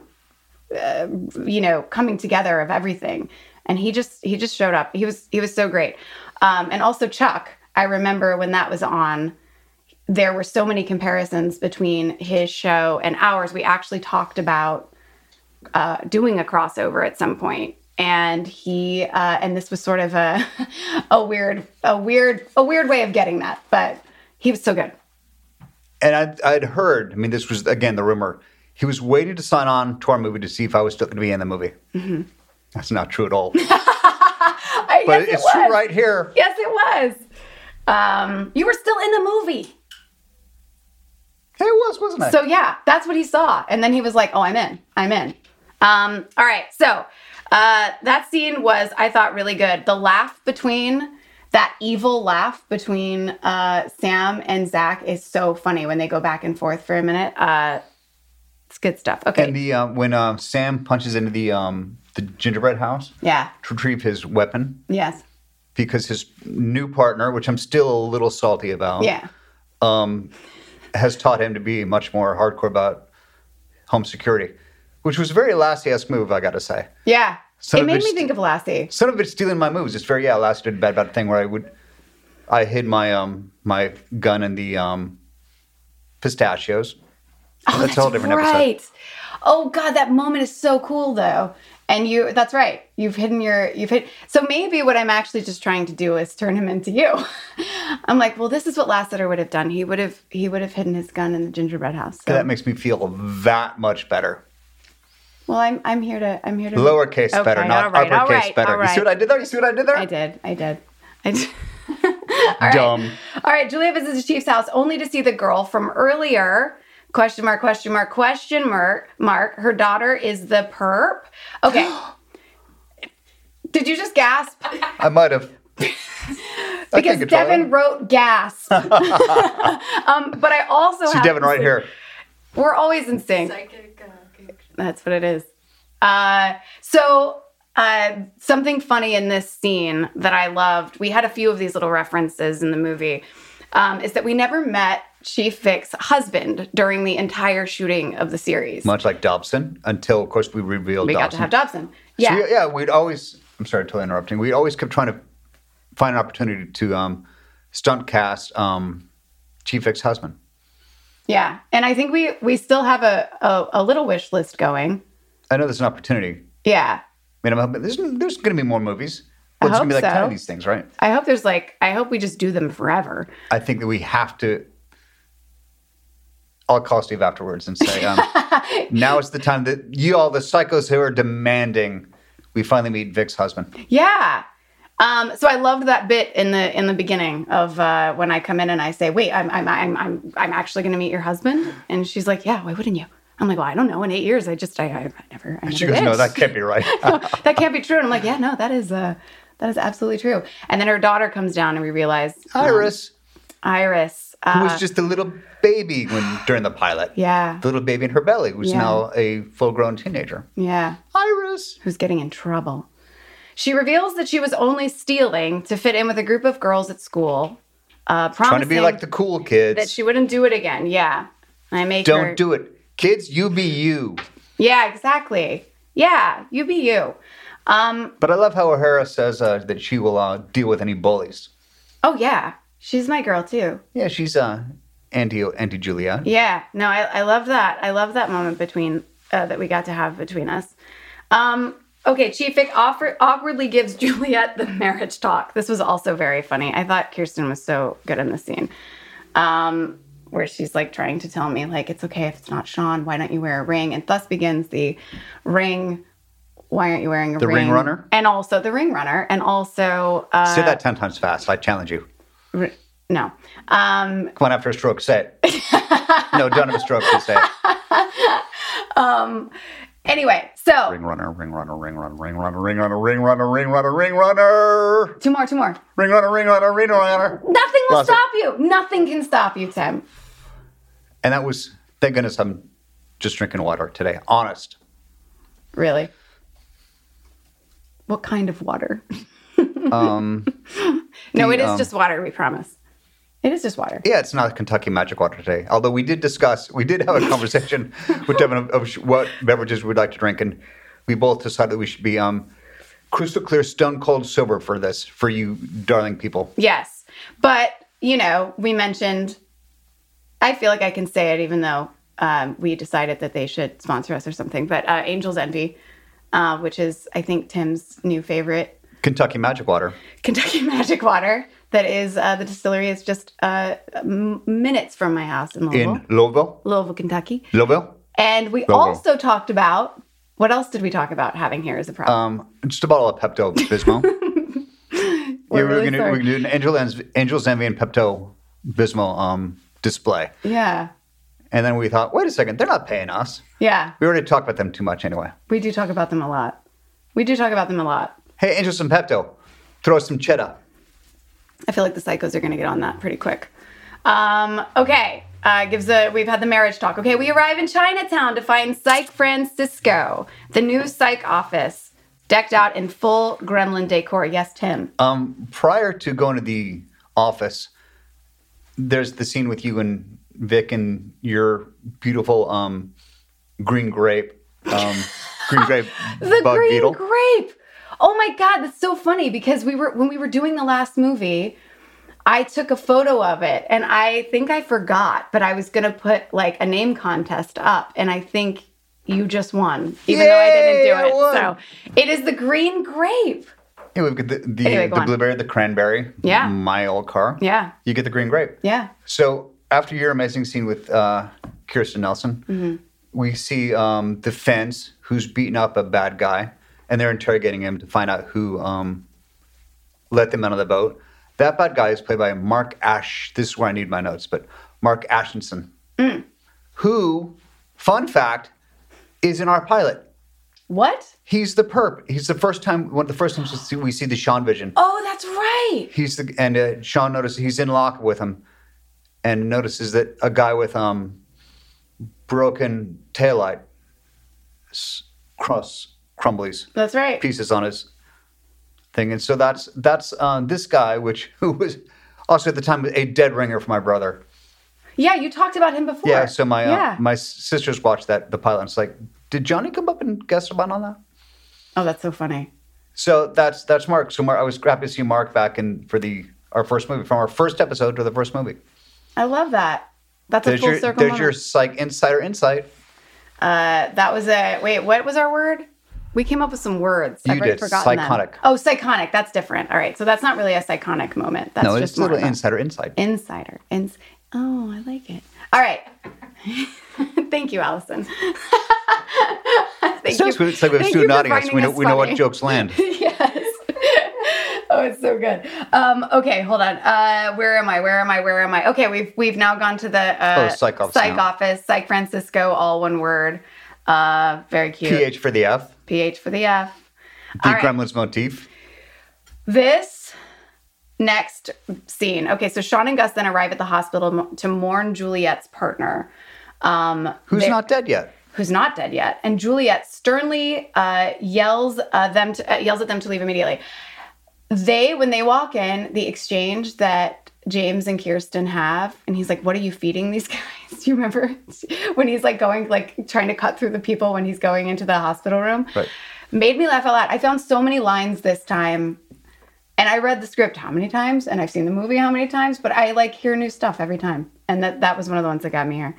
[SPEAKER 1] uh, you know, coming together of everything. and he just he just showed up. He was he was so great. Um, and also Chuck, I remember when that was on, there were so many comparisons between his show and ours. We actually talked about uh, doing a crossover at some point, and he uh, and this was sort of a a weird a weird a weird way of getting that, but he was so good.
[SPEAKER 2] And I'd, I'd heard, I mean, this was again the rumor, he was waiting to sign on to our movie to see if I was still going to be in the movie.
[SPEAKER 1] Mm-hmm.
[SPEAKER 2] That's not true at all.
[SPEAKER 1] I,
[SPEAKER 2] But
[SPEAKER 1] yes, it
[SPEAKER 2] it's true
[SPEAKER 1] was.
[SPEAKER 2] right here.
[SPEAKER 1] Yes, it was. Um, you were still in the movie.
[SPEAKER 2] It was, wasn't it?
[SPEAKER 1] So yeah, that's what he saw, and then he was like, "Oh, I'm in. I'm in." Um, all right, so uh, that scene was, I thought, really good. The laugh between that evil laugh between uh, Sam and Zach is so funny when they go back and forth for a minute. Uh, it's good stuff. Okay,
[SPEAKER 2] and the uh, when uh, Sam punches into the um, the gingerbread house
[SPEAKER 1] yeah,
[SPEAKER 2] to retrieve his weapon
[SPEAKER 1] yes,
[SPEAKER 2] because his new partner, which I'm still a little salty about,
[SPEAKER 1] yeah,
[SPEAKER 2] um, has taught him to be much more hardcore about home security, which was a very Lassie-esque move, I got to say.
[SPEAKER 1] yeah.
[SPEAKER 2] Son
[SPEAKER 1] it
[SPEAKER 2] of a
[SPEAKER 1] made me
[SPEAKER 2] bitch.
[SPEAKER 1] think of Lassie.
[SPEAKER 2] Some of it's stealing my moves. It's very yeah, Lassie did a bad bad thing where I would, I hid my um my gun in the um pistachios.
[SPEAKER 1] Oh,
[SPEAKER 2] That's a whole different episode.
[SPEAKER 1] right. Oh god, that moment is so cool though. And you that's right. You've hidden your you've hid so maybe what I'm actually just trying to do is turn him into you. I'm like, well, this is what Lassiter would have done. He would have he would have hidden his gun in the gingerbread house. So-
[SPEAKER 2] That makes me feel that much better.
[SPEAKER 1] well, I'm I'm here to I'm here to
[SPEAKER 2] Lowercase
[SPEAKER 1] Okay,
[SPEAKER 2] better, not
[SPEAKER 1] all right, all
[SPEAKER 2] uppercase
[SPEAKER 1] right,
[SPEAKER 2] better.
[SPEAKER 1] all
[SPEAKER 2] You see
[SPEAKER 1] right.
[SPEAKER 2] what I did there? You see what I did there?
[SPEAKER 1] I did. I did. I did.
[SPEAKER 2] Dumb.
[SPEAKER 1] All right, Julia visits the chief's house only to see the girl from earlier. Question mark, question mark, question mark, mark. Her daughter is the perp. Okay. Did you just gasp?
[SPEAKER 2] I might have. I
[SPEAKER 1] Because
[SPEAKER 2] can't control
[SPEAKER 1] Devin
[SPEAKER 2] it.
[SPEAKER 1] wrote gasp. um, but I also
[SPEAKER 2] See
[SPEAKER 1] have
[SPEAKER 2] Devin
[SPEAKER 1] to
[SPEAKER 2] right
[SPEAKER 1] say-
[SPEAKER 2] here.
[SPEAKER 1] We're always in sync.
[SPEAKER 4] Psychic. Uh, connection.
[SPEAKER 1] That's what it is. Uh, so uh, something funny in this scene that I loved. We had a few of these little references in the movie. Um, is that we never met Chief Vic's husband during the entire shooting of the series?
[SPEAKER 2] Much like Dobson, until of course we revealed
[SPEAKER 1] we
[SPEAKER 2] Dobson.
[SPEAKER 1] got to have Dobson.
[SPEAKER 2] So,
[SPEAKER 1] Yeah.
[SPEAKER 2] yeah, yeah, we'd always. I'm sorry, totally interrupting. We always kept trying to find an opportunity to um, stunt cast um, Chief Vic's husband.
[SPEAKER 1] yeah. And I think we we still have a a, a little wish list going.
[SPEAKER 2] I know there's an opportunity.
[SPEAKER 1] Yeah.
[SPEAKER 2] I mean, I'm hoping, there's there's going to be more movies.
[SPEAKER 1] I
[SPEAKER 2] Well, there's gonna be
[SPEAKER 1] hope
[SPEAKER 2] like ten
[SPEAKER 1] so.
[SPEAKER 2] of these things, right?
[SPEAKER 1] I hope there's like I hope we just do them forever.
[SPEAKER 2] I think that we have to. I'll call Steve afterwards and say, um, now it's the time that you all, the psychos who are demanding, we finally meet Vic's husband.
[SPEAKER 1] Yeah. Um, so I loved that bit in the in the beginning of uh, when I come in and I say, "Wait, I'm I'm I'm I'm, I'm actually going to meet your husband," and she's like, "Yeah, why wouldn't you?" I'm like, "Well, I don't know. In eight years, I just I, I, I never." I never
[SPEAKER 2] She goes,
[SPEAKER 1] did."
[SPEAKER 2] no, that can't be right.
[SPEAKER 1] that can't be true. And I'm like, "Yeah, no, that is uh, that is absolutely true." And then her daughter comes down, and we realize um,
[SPEAKER 2] Iris,
[SPEAKER 1] Iris,
[SPEAKER 2] who
[SPEAKER 1] uh,
[SPEAKER 2] was just a little baby when during the pilot,
[SPEAKER 1] yeah,
[SPEAKER 2] the little baby in her belly, who's
[SPEAKER 1] Yeah.
[SPEAKER 2] now a full-grown teenager.
[SPEAKER 1] yeah,
[SPEAKER 2] Iris.
[SPEAKER 1] who's getting in trouble. She reveals that she was only stealing to fit in with a group of girls at school, uh, promising
[SPEAKER 2] Trying to be like the cool
[SPEAKER 1] that
[SPEAKER 2] kids.
[SPEAKER 1] she wouldn't do it again. Yeah. I make her
[SPEAKER 2] Don't do it. Kids, you be you.
[SPEAKER 1] Yeah, exactly. Yeah, you be you. Um,
[SPEAKER 2] But I love how O'Hara says uh, that she will uh, deal with any bullies.
[SPEAKER 1] oh yeah. She's my girl too.
[SPEAKER 2] Yeah, she's uh, anti anti Julian.
[SPEAKER 1] Yeah. No, I, I love that. I love that moment between uh, that we got to have between us. Um, okay, Chief Vic offer, awkwardly gives Juliet the marriage talk. This was also very funny. I thought Kirsten was so good in this scene. Um, where she's like trying to tell me like it's okay if it's not Sean, why don't you wear a ring? And thus begins the ring why aren't you wearing a
[SPEAKER 2] The ring runner?
[SPEAKER 1] And also the ring runner and also uh
[SPEAKER 2] Say that 10 times fast. I challenge you.
[SPEAKER 1] r- no. Um
[SPEAKER 2] Come on, after a stroke, say it. no, don't have a stroke, just say it.
[SPEAKER 1] Anyway, so
[SPEAKER 2] Ring runner, ring runner, ring runner, ring runner, ring runner, ring runner, ring runner, ring runner,
[SPEAKER 1] two more, two more.
[SPEAKER 2] ring runner, ring runner, ring runner.
[SPEAKER 1] Nothing will
[SPEAKER 2] Lost it.
[SPEAKER 1] stop you. Nothing can stop you, Tim.
[SPEAKER 2] And that was, thank goodness I'm just drinking water today. Honest.
[SPEAKER 1] Really? What kind of water?
[SPEAKER 2] Um,
[SPEAKER 1] no,
[SPEAKER 2] The,
[SPEAKER 1] it is
[SPEAKER 2] um,
[SPEAKER 1] just water, we promise. It is just water.
[SPEAKER 2] yeah, it's not Kentucky Magic Water today. Although we did discuss, we did have a conversation with Devin of, of sh- what beverages we'd like to drink, and we both decided we should be um, crystal clear, stone cold sober for this, for you darling people.
[SPEAKER 1] Yes. But, you know, we mentioned, I feel like I can say it even though um, we decided that they should sponsor us or something, but uh, Angel's Envy, uh, which is, I think, Tim's new favorite
[SPEAKER 2] Kentucky Magic Water.
[SPEAKER 1] Kentucky Magic Water that is uh, the distillery is just uh, m- minutes from my house in Louisville,
[SPEAKER 2] in Louisville.
[SPEAKER 1] Louisville, Kentucky.
[SPEAKER 2] Louisville.
[SPEAKER 1] And we
[SPEAKER 2] Louisville.
[SPEAKER 1] also talked about what else did we talk about having here as a problem?
[SPEAKER 2] Um, just a bottle of Pepto Bismol.
[SPEAKER 1] We're really
[SPEAKER 2] gonna,
[SPEAKER 1] sorry.
[SPEAKER 2] we're gonna do an Angel Enz- Angel's Envy and Pepto Bismol um, display,
[SPEAKER 1] yeah,
[SPEAKER 2] and then we thought, wait a second, they're not paying us.
[SPEAKER 1] yeah,
[SPEAKER 2] We already talked about them too much anyway.
[SPEAKER 1] we do talk about them a lot. We do talk about them a lot.
[SPEAKER 2] Hey, Angel, some Pepto. Throw us some cheddar.
[SPEAKER 1] I feel like the psychos are going to get on that pretty quick. Um, okay, uh, gives a we've had the marriage talk. Okay, we arrive in Chinatown to find Psych Francisco, the new psych office, decked out in full gremlin decor. Yes, Tim.
[SPEAKER 2] Um, prior to going to the office, there's the scene with you and Vic and your beautiful um, green grape, um, green grape
[SPEAKER 1] the
[SPEAKER 2] bug
[SPEAKER 1] green
[SPEAKER 2] beetle.
[SPEAKER 1] grape. Oh my god, that's so funny because we were when we were doing the last movie, I took a photo of it and I think I forgot, but I was gonna put like a name contest up, and I think you just won, even though I didn't
[SPEAKER 2] Yay,
[SPEAKER 1] do
[SPEAKER 2] I
[SPEAKER 1] it.
[SPEAKER 2] won.
[SPEAKER 1] So it is the green grape.
[SPEAKER 2] Yeah, we've got the the,
[SPEAKER 1] Anyway, go
[SPEAKER 2] the
[SPEAKER 1] on.
[SPEAKER 2] blueberry, the cranberry.
[SPEAKER 1] Yeah.
[SPEAKER 2] my old car.
[SPEAKER 1] Yeah,
[SPEAKER 2] you get the green grape.
[SPEAKER 1] yeah.
[SPEAKER 2] So after your amazing scene with uh, Kirsten Nelson,
[SPEAKER 1] Mm-hmm.
[SPEAKER 2] we see um, the fence who's beaten up a bad guy, and they're interrogating him to find out who um, let them out of the boat. That bad guy is played by Mark Ash. This is where I need my notes, but Mark Ashenson,
[SPEAKER 1] Mm.
[SPEAKER 2] who, fun fact, is in our pilot.
[SPEAKER 1] What?
[SPEAKER 2] He's the perp. He's the first time, one of the first times we see- we see the Sean vision.
[SPEAKER 1] Oh, that's right.
[SPEAKER 2] He's the and uh, Sean notices he's in lock with him, and notices that a guy with um broken taillight s- crust crumblies
[SPEAKER 1] That's right.
[SPEAKER 2] pieces on his thing, and so that's that's uh, this guy, which who was also at the time a dead ringer for my brother.
[SPEAKER 1] Yeah, you talked about him before.
[SPEAKER 2] Yeah, so my uh,
[SPEAKER 1] yeah.
[SPEAKER 2] my s- sisters watched that the pilot. And it's like, did Johnny come up and guest about on that?
[SPEAKER 1] oh, that's so funny.
[SPEAKER 2] So that's that's Mark. So Mark, I was happy to see Mark back in for the our first movie from our first episode to the first movie.
[SPEAKER 1] I love that. That's a
[SPEAKER 2] There's
[SPEAKER 1] full
[SPEAKER 2] your,
[SPEAKER 1] circle.
[SPEAKER 2] there's
[SPEAKER 1] moment.
[SPEAKER 2] your psych insider insight.
[SPEAKER 1] Uh, that was a wait. What was our word? We came up with some words.
[SPEAKER 2] You
[SPEAKER 1] I've already
[SPEAKER 2] did.
[SPEAKER 1] forgotten them.
[SPEAKER 2] Psychotic.
[SPEAKER 1] Oh, psychotic. That's different. All right. So that's not really a psychotic moment. That's
[SPEAKER 2] no,
[SPEAKER 1] just
[SPEAKER 2] it's a
[SPEAKER 1] more
[SPEAKER 2] little
[SPEAKER 1] of a
[SPEAKER 2] insider insight.
[SPEAKER 1] insider. Ins- oh, I like it. All right. Thank you, Allison. Thank
[SPEAKER 2] It's like
[SPEAKER 1] you.
[SPEAKER 2] we- it's like we have a student
[SPEAKER 1] Thank you for
[SPEAKER 2] audience. We
[SPEAKER 1] finding
[SPEAKER 2] know
[SPEAKER 1] us
[SPEAKER 2] we know what
[SPEAKER 1] funny.
[SPEAKER 2] jokes land.
[SPEAKER 1] yes. oh, it's so good. Um, okay, hold on. Uh, where am I? Where am I? Where am I? Okay, we've we've now gone to the uh,
[SPEAKER 2] Oh, psych office now.
[SPEAKER 1] office, psych Francisco, all one word. Uh, very cute.
[SPEAKER 2] PH for the F,
[SPEAKER 1] PH for the F.
[SPEAKER 2] the
[SPEAKER 1] All right.
[SPEAKER 2] Gremlins motif.
[SPEAKER 1] This next scene. Okay, so Sean and Gus then arrive at the hospital mo- to mourn Juliet's partner. Um,
[SPEAKER 2] Who's
[SPEAKER 1] they-
[SPEAKER 2] not dead yet?
[SPEAKER 1] who's not dead yet, and Juliet sternly uh, yells uh, them to, uh, yells at them to leave immediately. They, when they walk in, the exchange that James and Kirsten have, and he's like, "What are you feeding these guys?" You remember when he's like going, like trying to cut through the people when he's going into the hospital room?
[SPEAKER 2] Right.
[SPEAKER 1] Made me laugh out loud. I found so many lines this time, and I read the script how many times, and I've seen the movie how many times, but I like hear new stuff every time, and that that was one of the ones that got me here.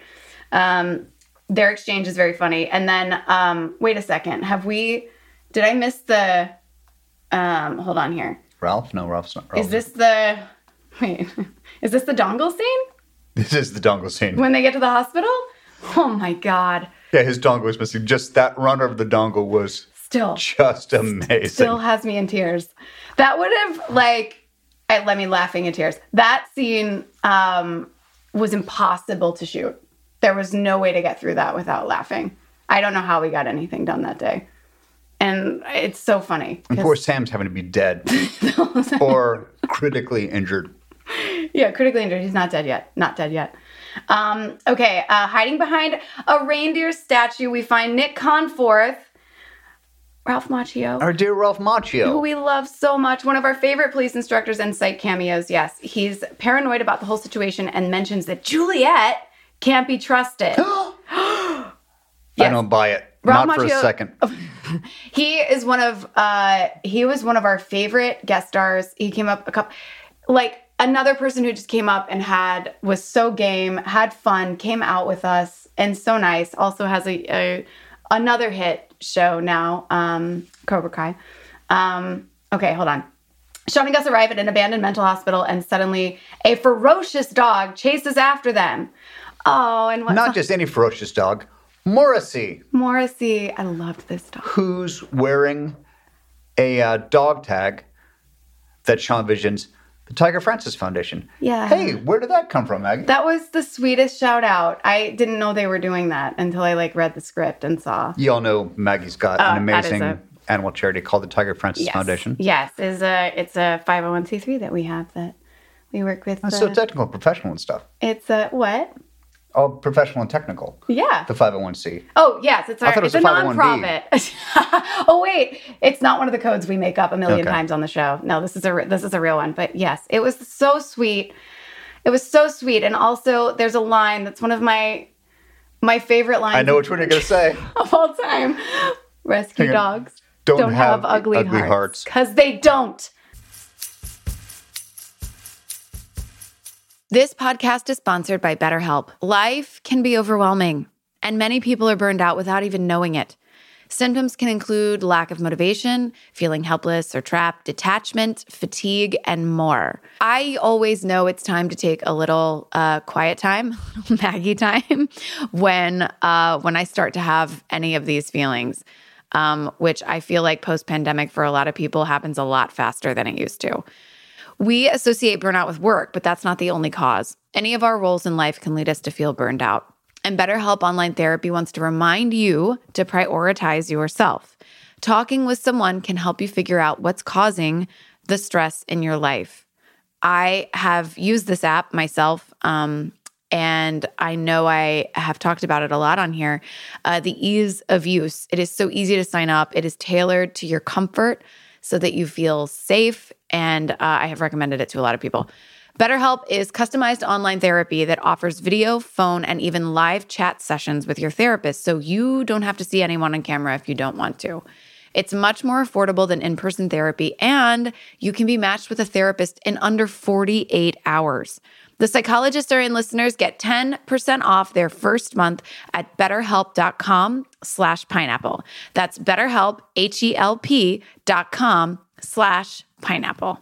[SPEAKER 1] Um, their exchange is very funny. And then, um, wait a second, have we? Did I miss the? Um, hold on here.
[SPEAKER 2] Ralph? No, Ralph's not. Ralph.
[SPEAKER 1] Is this the? Wait, is this the dongle scene
[SPEAKER 2] This is the dongle scene.
[SPEAKER 1] when they get to the hospital? Oh my god!
[SPEAKER 2] yeah, his dongle was missing. Just that runner of the dongle was
[SPEAKER 1] Still,
[SPEAKER 2] just amazing.
[SPEAKER 1] still has me in tears. That would have like, I, let me laughing in tears. That scene um, was impossible to shoot. There was no way to get through that without laughing. I don't know how we got anything done that day, and it's so funny.
[SPEAKER 2] and
[SPEAKER 1] 'cause-
[SPEAKER 2] poor Sam's having to be dead or critically injured.
[SPEAKER 1] Yeah, critically injured. He's not dead yet. Not dead yet. Um, okay, uh, hiding behind a reindeer statue, we find Nick Conforth, Ralph Macchio,
[SPEAKER 2] Our dear Ralph
[SPEAKER 1] who
[SPEAKER 2] Macchio.
[SPEAKER 1] we love so much, one of our favorite police instructors and psych cameos. Yes, he's paranoid about the whole situation and mentions that Juliet can't be trusted.
[SPEAKER 2] I don't buy it.
[SPEAKER 1] Ralph
[SPEAKER 2] not for a
[SPEAKER 1] Macchio- Oh,
[SPEAKER 2] second.
[SPEAKER 1] he is one of uh he was one of our favorite guest stars. He came up a couple like another person who just came up and had was so game, had fun, came out with us and so nice. Also has a, a another hit show now, um Cobra Kai. Um okay, hold on. Sean and Gus arrive at an abandoned mental hospital and suddenly a ferocious dog chases after them. Oh, and what
[SPEAKER 2] Not just any ferocious dog, Morrissey,
[SPEAKER 1] Morrissey. I loved this dog.
[SPEAKER 2] who's wearing a uh, dog tag that Sean Vision's the Tiger Francis Foundation.
[SPEAKER 1] Yeah.
[SPEAKER 2] Hey, where did that come from, Maggie?
[SPEAKER 1] That was the sweetest shout out. I didn't know they were doing that until I like read the script and saw.
[SPEAKER 2] you all know Maggie's got an
[SPEAKER 1] Oh, that is
[SPEAKER 2] amazing
[SPEAKER 1] a-
[SPEAKER 2] animal charity called the Tiger Francis
[SPEAKER 1] Yes.
[SPEAKER 2] Foundation.
[SPEAKER 1] Yes, is a it's a 501c3 that we have that we work with.
[SPEAKER 2] That's
[SPEAKER 1] uh,
[SPEAKER 2] Oh, so technical, professional and stuff.
[SPEAKER 1] it's a what?
[SPEAKER 2] Oh, professional and technical.
[SPEAKER 1] Yeah.
[SPEAKER 2] The 501c.
[SPEAKER 1] Oh yes, it's our,
[SPEAKER 2] thought it was
[SPEAKER 1] it's a,
[SPEAKER 2] a 501B.
[SPEAKER 1] nonprofit. oh wait, it's not one of the codes we make up a million
[SPEAKER 2] Okay.
[SPEAKER 1] times on the show. No, this is a re- this is a real one. But yes, it was so sweet. It was so sweet, and also there's a line that's one of my my favorite lines.
[SPEAKER 2] I know which one you're going to say.
[SPEAKER 1] of all time. Rescue
[SPEAKER 2] Hang on.
[SPEAKER 1] dogs
[SPEAKER 2] Don't
[SPEAKER 1] don't,
[SPEAKER 2] have
[SPEAKER 1] have, ugly,
[SPEAKER 2] ugly hearts.
[SPEAKER 1] hearts because they don't. This podcast is sponsored by BetterHelp. Life can be overwhelming, and many people are burned out without even knowing it. Symptoms can include lack of motivation, feeling helpless or trapped, detachment, fatigue, and more. I always know it's time to take a little uh, quiet time, Maggie time, when uh, when I start to have any of these feelings, um, which I feel like post pandemic for a lot of people happens a lot faster than it used to. We associate burnout with work, but that's not the only cause. Any of our roles in life can lead us to feel burned out. And BetterHelp Online Therapy wants to remind you to prioritize yourself. Talking with someone can help you figure out what's causing the stress in your life. I have used this app myself. Um, and I know I have talked about it a lot on here. Uh, the ease of use. It is so easy to sign up, it is tailored to your comfort so that you feel safe. And uh, I have recommended it to a lot of people. BetterHelp is customized online therapy that offers video, phone, and even live chat sessions with your therapist. So you don't have to see anyone on camera if you don't want to. It's much more affordable than in person therapy, and you can be matched with a therapist in under 48 hours. The psychologists are in listeners get 10% off their first month at betterhelp.com slash pineapple. That's betterhelp, H-E-L-P dot com slash pineapple.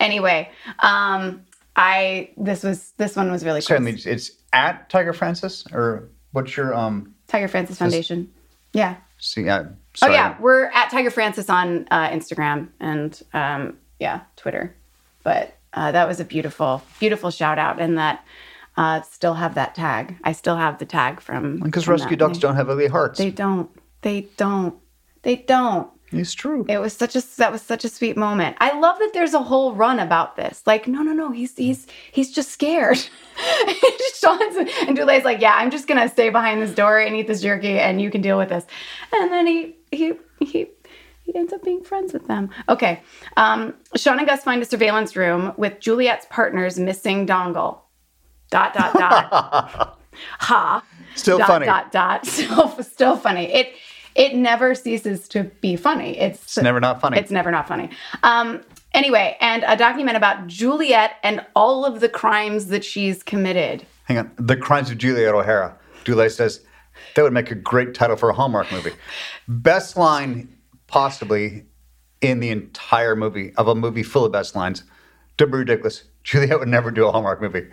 [SPEAKER 1] Anyway, um, I this was this one was really close.
[SPEAKER 2] Certainly, it's at Tiger Francis, or what's your, um,
[SPEAKER 1] Tiger Francis Foundation. Yeah.
[SPEAKER 2] see, uh,
[SPEAKER 1] Oh
[SPEAKER 2] sorry.
[SPEAKER 1] yeah, we're at Tiger Francis on uh, Instagram and um, yeah, Twitter. But uh, that was a beautiful, beautiful shout out, and that uh, still have that tag. I still have the tag from
[SPEAKER 2] Because
[SPEAKER 1] from
[SPEAKER 2] rescue
[SPEAKER 1] that.
[SPEAKER 2] dogs don't have ugly hearts.
[SPEAKER 1] They don't. They don't. They don't.
[SPEAKER 2] it's true.
[SPEAKER 1] It was such a that was such a sweet moment. I love that there's a whole run about this. Like, no, no, no, he's he's he's just scared. Sean's and Dule's like, yeah, I'm just gonna stay behind this door and eat this jerky, and you can deal with this. And then he he he he ends up being friends with them. Okay, um, Sean and Gus find a surveillance room with Juliet's partner's missing dongle. Dot dot dot. ha
[SPEAKER 2] Still
[SPEAKER 1] dot,
[SPEAKER 2] funny.
[SPEAKER 1] Dot dot. Still, still funny. It it never ceases to be funny. It's,
[SPEAKER 2] It's never not funny.
[SPEAKER 1] It's never not funny. Um. Anyway, and a document about Juliet and all of the crimes that she's committed.
[SPEAKER 2] Hang on. The Crimes of Juliet O'Hara. Dulé says that would make a great title for a Hallmark movie. Best line possibly in the entire movie of a movie full of best lines. Debra Douglas. Juliet would never do a Hallmark movie.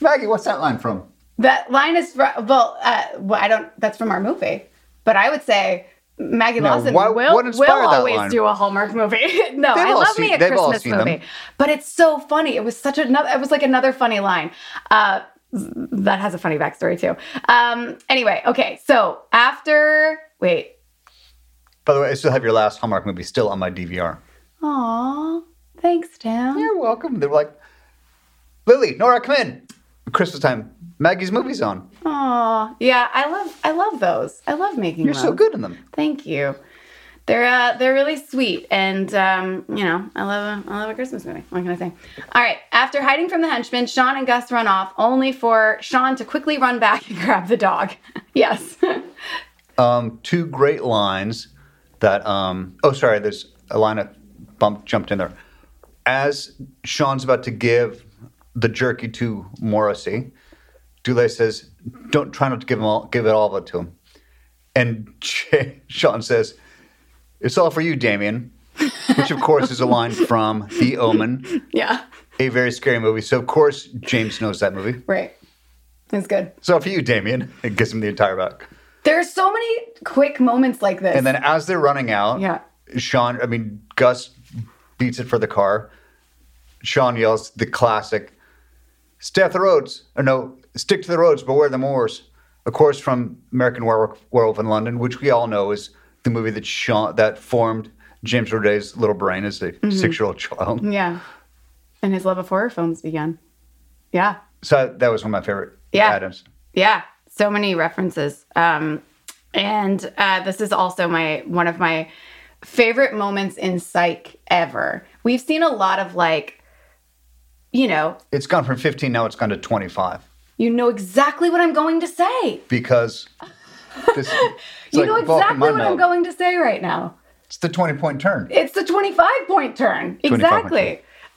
[SPEAKER 2] Maggie, what's that line from?
[SPEAKER 1] That line is fr- well. Uh, well, I don't. That's from our movie, but I would say. Maggie
[SPEAKER 2] No,
[SPEAKER 1] Lawson
[SPEAKER 2] why-
[SPEAKER 1] will,
[SPEAKER 2] what
[SPEAKER 1] will
[SPEAKER 2] inspired that
[SPEAKER 1] always
[SPEAKER 2] line?
[SPEAKER 1] do a Hallmark movie. no,
[SPEAKER 2] They've
[SPEAKER 1] I
[SPEAKER 2] all
[SPEAKER 1] love
[SPEAKER 2] seen-
[SPEAKER 1] me a
[SPEAKER 2] they've all
[SPEAKER 1] Christmas
[SPEAKER 2] seen them.
[SPEAKER 1] movie, but it's so funny. It was such another. It was like another funny line. Uh, that has a funny backstory too. Um, anyway, okay. So after wait,
[SPEAKER 2] By the way, I still have your last Hallmark movie still on my DVR.
[SPEAKER 1] aw, thanks, Tim.
[SPEAKER 2] You're welcome. They're like, Lily, Nora, come in. Christmas time. Maggie's movie's on.
[SPEAKER 1] Aw, yeah, I love I love those. I love making.
[SPEAKER 2] You're so
[SPEAKER 1] those.
[SPEAKER 2] good in them.
[SPEAKER 1] Thank you. They're uh, they're really sweet, and um, you know I love a, I love a Christmas movie. What can I say? All right. After hiding from the henchmen, Sean and Gus run off, only for Sean to quickly run back and grab the dog. Yes.
[SPEAKER 2] um, two great lines that um, oh sorry there's a line that bumped jumped in there as sean's about to give the jerky to morrissey Dulé says don't try not to give him all give it all of it to him and Jay, sean says it's all for you damien which of course is a line from the omen
[SPEAKER 1] yeah.
[SPEAKER 2] a very scary movie so of course james knows that movie
[SPEAKER 1] Right. It's good.
[SPEAKER 2] so for you damien it gives him the entire back
[SPEAKER 1] There's so many quick moments like this.
[SPEAKER 2] And then as they're running out,
[SPEAKER 1] Yeah.
[SPEAKER 2] Sean, I mean, Gus beats it for the car. Sean yells the classic, stay off the roads, or no, stick to the roads, beware the moors. Of course, from American Werewolf, Werewolf in London, which we all know is the movie that Sean, that formed James Roday's little brain as a
[SPEAKER 1] Mm-hmm.
[SPEAKER 2] six-year-old child.
[SPEAKER 1] yeah. And his love of horror films began. Yeah.
[SPEAKER 2] So that was one of my favorite
[SPEAKER 1] Yeah.
[SPEAKER 2] Adams.
[SPEAKER 1] Yeah, so many references. Um, and uh, this is also my one of my favorite moments in psych ever. We've seen a lot of like, you know,
[SPEAKER 2] It's gone from 15, now it's gone to 25
[SPEAKER 1] you know exactly what I'm going to say.
[SPEAKER 2] because this,
[SPEAKER 1] you know exactly what I'm going to say right now.
[SPEAKER 2] It's the 20-point turn.
[SPEAKER 1] It's the 25 point turn.
[SPEAKER 2] 25 point
[SPEAKER 1] Exactly.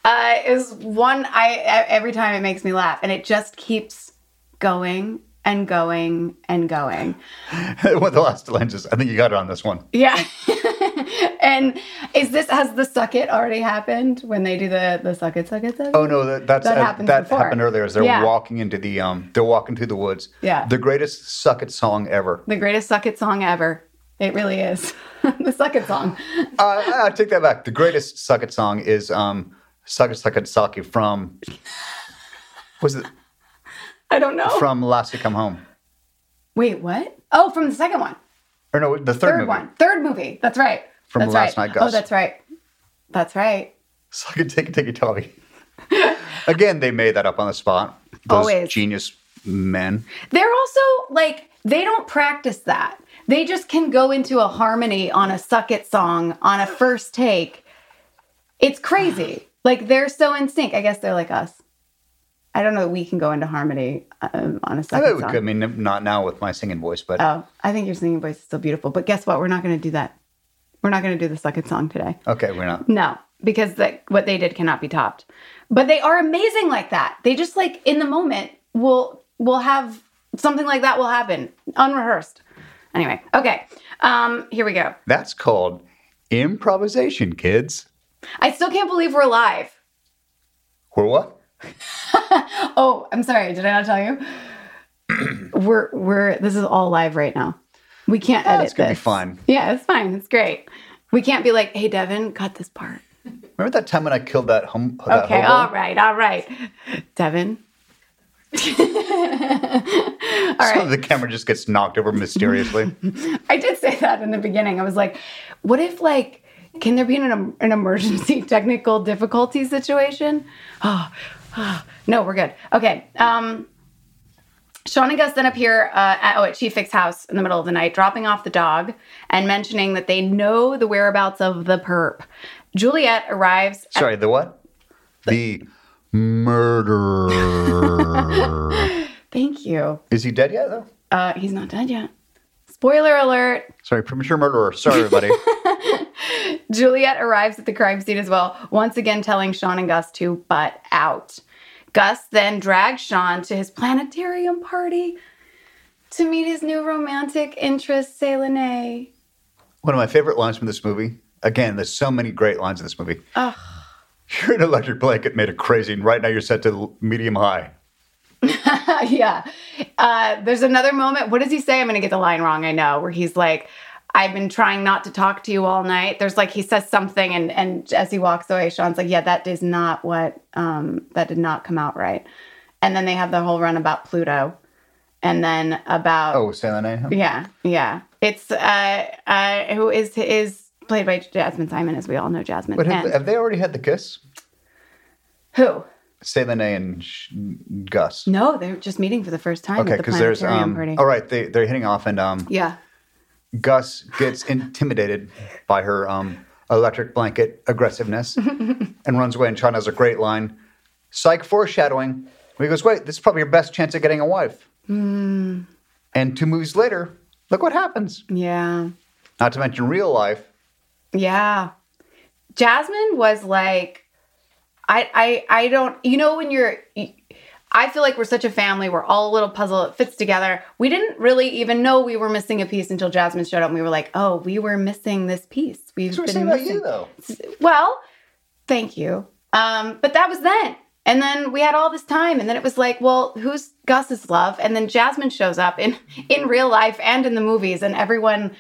[SPEAKER 1] Uh, is one I e- every time it makes me laugh, and it just keeps going and going and going.
[SPEAKER 2] one of the last lenses. I think you got it on this one.
[SPEAKER 1] Yeah. and is this has the suck it already happened when they do the the suck it suck it suck? it?
[SPEAKER 2] Oh no, that that's,
[SPEAKER 1] That
[SPEAKER 2] uh,
[SPEAKER 1] happens
[SPEAKER 2] that
[SPEAKER 1] before.
[SPEAKER 2] happened earlier. As they're
[SPEAKER 1] Yeah.
[SPEAKER 2] walking into the um, they're walking through the woods.
[SPEAKER 1] Yeah.
[SPEAKER 2] the greatest suck it song ever.
[SPEAKER 1] The greatest suck it song ever. It really is. the suck it song.
[SPEAKER 2] Uh, I take that back. The greatest suck it song is um, suck it suck it sake from was it
[SPEAKER 1] I don't know.
[SPEAKER 2] from Last to Come Home
[SPEAKER 1] Wait, what? Oh, from the second one.
[SPEAKER 2] or no the third,
[SPEAKER 1] Third,
[SPEAKER 2] movie.
[SPEAKER 1] one. Third movie. That's right.
[SPEAKER 2] From
[SPEAKER 1] that's
[SPEAKER 2] Last
[SPEAKER 1] right.
[SPEAKER 2] Night Gus.
[SPEAKER 1] Oh, that's right. That's right.
[SPEAKER 2] Suck it take it take it Tommy. Again, they made that up on the spot. Those
[SPEAKER 1] Always.
[SPEAKER 2] genius men.
[SPEAKER 1] They're also like they don't practice that. They just can go into a harmony on a suck it song on a first take. It's crazy. Like they're so in sync. I guess they're like us. I don't know that we can go into harmony um, on a
[SPEAKER 2] I
[SPEAKER 1] suck
[SPEAKER 2] bet
[SPEAKER 1] it
[SPEAKER 2] we
[SPEAKER 1] song.
[SPEAKER 2] could. I mean, not now with my singing voice, but
[SPEAKER 1] Oh, I think your singing voice is still beautiful. But guess what? We're not going to do that. We're not going to do the suck it song today.
[SPEAKER 2] okay, we're not.
[SPEAKER 1] No, because that what they did cannot be topped. But they are amazing like that. They just like in the moment will will have something like that will happen unrehearsed. Anyway, okay. Um, here we go.
[SPEAKER 2] That's called improvisation, kids.
[SPEAKER 1] I still can't believe we're live.
[SPEAKER 2] We're what?
[SPEAKER 1] Oh, I'm sorry. Did I not tell you? we're we're this is all live right now. We can't
[SPEAKER 2] Yeah,
[SPEAKER 1] edit
[SPEAKER 2] it's gonna be
[SPEAKER 1] this.
[SPEAKER 2] fun.
[SPEAKER 1] Yeah, it's fine. It's great. We can't be like, hey, Devin, cut this part.
[SPEAKER 2] Remember that time when I killed that hum? That
[SPEAKER 1] Okay,
[SPEAKER 2] hobo?
[SPEAKER 1] all right, all right. Devin. all
[SPEAKER 2] So
[SPEAKER 1] right.
[SPEAKER 2] the camera just gets knocked over mysteriously.
[SPEAKER 1] I did say that in the beginning. I was like, what if, like, can there be an, an emergency technical difficulty situation? Oh, oh, no, we're good. Okay. Um, Sean and Gus then appear uh, at, oh, at Chief Fick's house in the middle of the night, dropping off the dog and mentioning that they know the whereabouts of the perp. Juliet arrives at
[SPEAKER 2] Sorry, the what? The murderer.
[SPEAKER 1] Thank you.
[SPEAKER 2] Is he dead yet, though?
[SPEAKER 1] Uh, he's not dead yet. Spoiler alert.
[SPEAKER 2] Sorry, premature murderer. Sorry, everybody.
[SPEAKER 1] Juliet arrives at the crime scene as well, once again telling Sean and Gus to butt out. Gus then drags Sean to his planetarium party to meet his new romantic interest, Selene.
[SPEAKER 2] One of my favorite lines from this movie. Again, there's so many great lines in this movie.
[SPEAKER 1] Ugh.
[SPEAKER 2] You're an electric blanket made of crazy, and right now you're set to l- medium high.
[SPEAKER 1] yeah. Uh, there's another moment. What does he say? I'm going to get the line wrong, I know, where he's like, I've been trying not to talk to you all night. There's like he says something, and and as he walks away, Sean's like, "Yeah, that is not what um, that did not come out right." And then they have the whole run about Pluto, and then about
[SPEAKER 2] Oh, Selena.
[SPEAKER 1] yeah, yeah. It's uh, uh, who is is played by Jasmine Simon, as we all know Jasmine.
[SPEAKER 2] But have,
[SPEAKER 1] And-
[SPEAKER 2] have they already had the kiss?
[SPEAKER 1] who?
[SPEAKER 2] Selena and Sh- Gus.
[SPEAKER 1] No, they're just meeting for the first time.
[SPEAKER 2] okay,
[SPEAKER 1] at the
[SPEAKER 2] because there's
[SPEAKER 1] planetarium
[SPEAKER 2] um.
[SPEAKER 1] party.
[SPEAKER 2] All right, they they're hitting off, and um.
[SPEAKER 1] Yeah,
[SPEAKER 2] Gus gets intimidated by her um, electric blanket aggressiveness and runs away. And Sean has a great line
[SPEAKER 1] Hmm.
[SPEAKER 2] psych foreshadowing. Where he goes, Wait, this is probably your best chance at getting a wife. And two movies later, look what happens.
[SPEAKER 1] Yeah.
[SPEAKER 2] Not to mention real life.
[SPEAKER 1] Yeah. Jasmine was like, I, I, I don't, you know, when you're, I feel like we're such a family. We're all a little puzzle. It fits together. We didn't really even know we were missing a piece until Jasmine showed up and we were like, oh, we were missing this piece. We've
[SPEAKER 2] That's what I say
[SPEAKER 1] been
[SPEAKER 2] about
[SPEAKER 1] missing.
[SPEAKER 2] you, though.
[SPEAKER 1] Well, thank you. Um, but that was then. And then we had all this time, and then it was like, well, who's Gus's love? And then Jasmine shows up in in real life and in the movies, and everyone,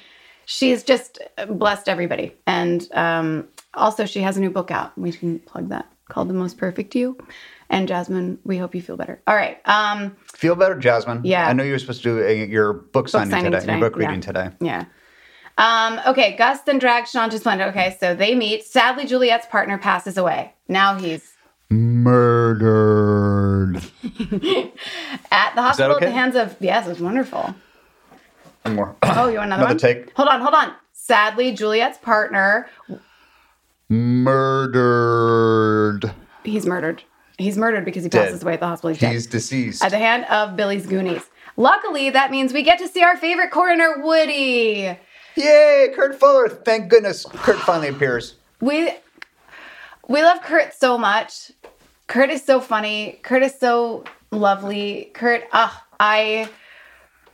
[SPEAKER 1] she's just blessed everybody. And um, also, she has a new book out. We can plug that called "The Most Perfect You." And Jasmine, we hope you feel better. All right. Um,
[SPEAKER 2] Feel better, Jasmine.
[SPEAKER 1] Yeah.
[SPEAKER 2] I know you were supposed to do a, your book, signing,
[SPEAKER 1] signing
[SPEAKER 2] today,
[SPEAKER 1] today,
[SPEAKER 2] your book
[SPEAKER 1] yeah.
[SPEAKER 2] reading today.
[SPEAKER 1] Yeah. Um, okay, Gus then drags Sean to Splendor. Okay, so they meet. Sadly, Juliet's partner passes away. Now he's
[SPEAKER 2] Murdered.
[SPEAKER 1] at the hospital
[SPEAKER 2] okay?
[SPEAKER 1] at the hands of yes, it was wonderful.
[SPEAKER 2] One more.
[SPEAKER 1] Oh, you want another,
[SPEAKER 2] Another
[SPEAKER 1] one?
[SPEAKER 2] take.
[SPEAKER 1] Hold on, hold on. Sadly, Juliet's partner,
[SPEAKER 2] Murdered.
[SPEAKER 1] he's murdered. He's murdered because he
[SPEAKER 2] Dead.
[SPEAKER 1] passes away at the hospital. He's dead.
[SPEAKER 2] He's deceased.
[SPEAKER 1] At the hand of Billy's Goonies. Luckily, that means we get to see our favorite coroner, Woody.
[SPEAKER 2] Yay, Kurt Fuller. Thank goodness Kurt finally appears.
[SPEAKER 1] We we love Kurt so much. Kurt is so funny. Kurt is so lovely. Kurt, ah, I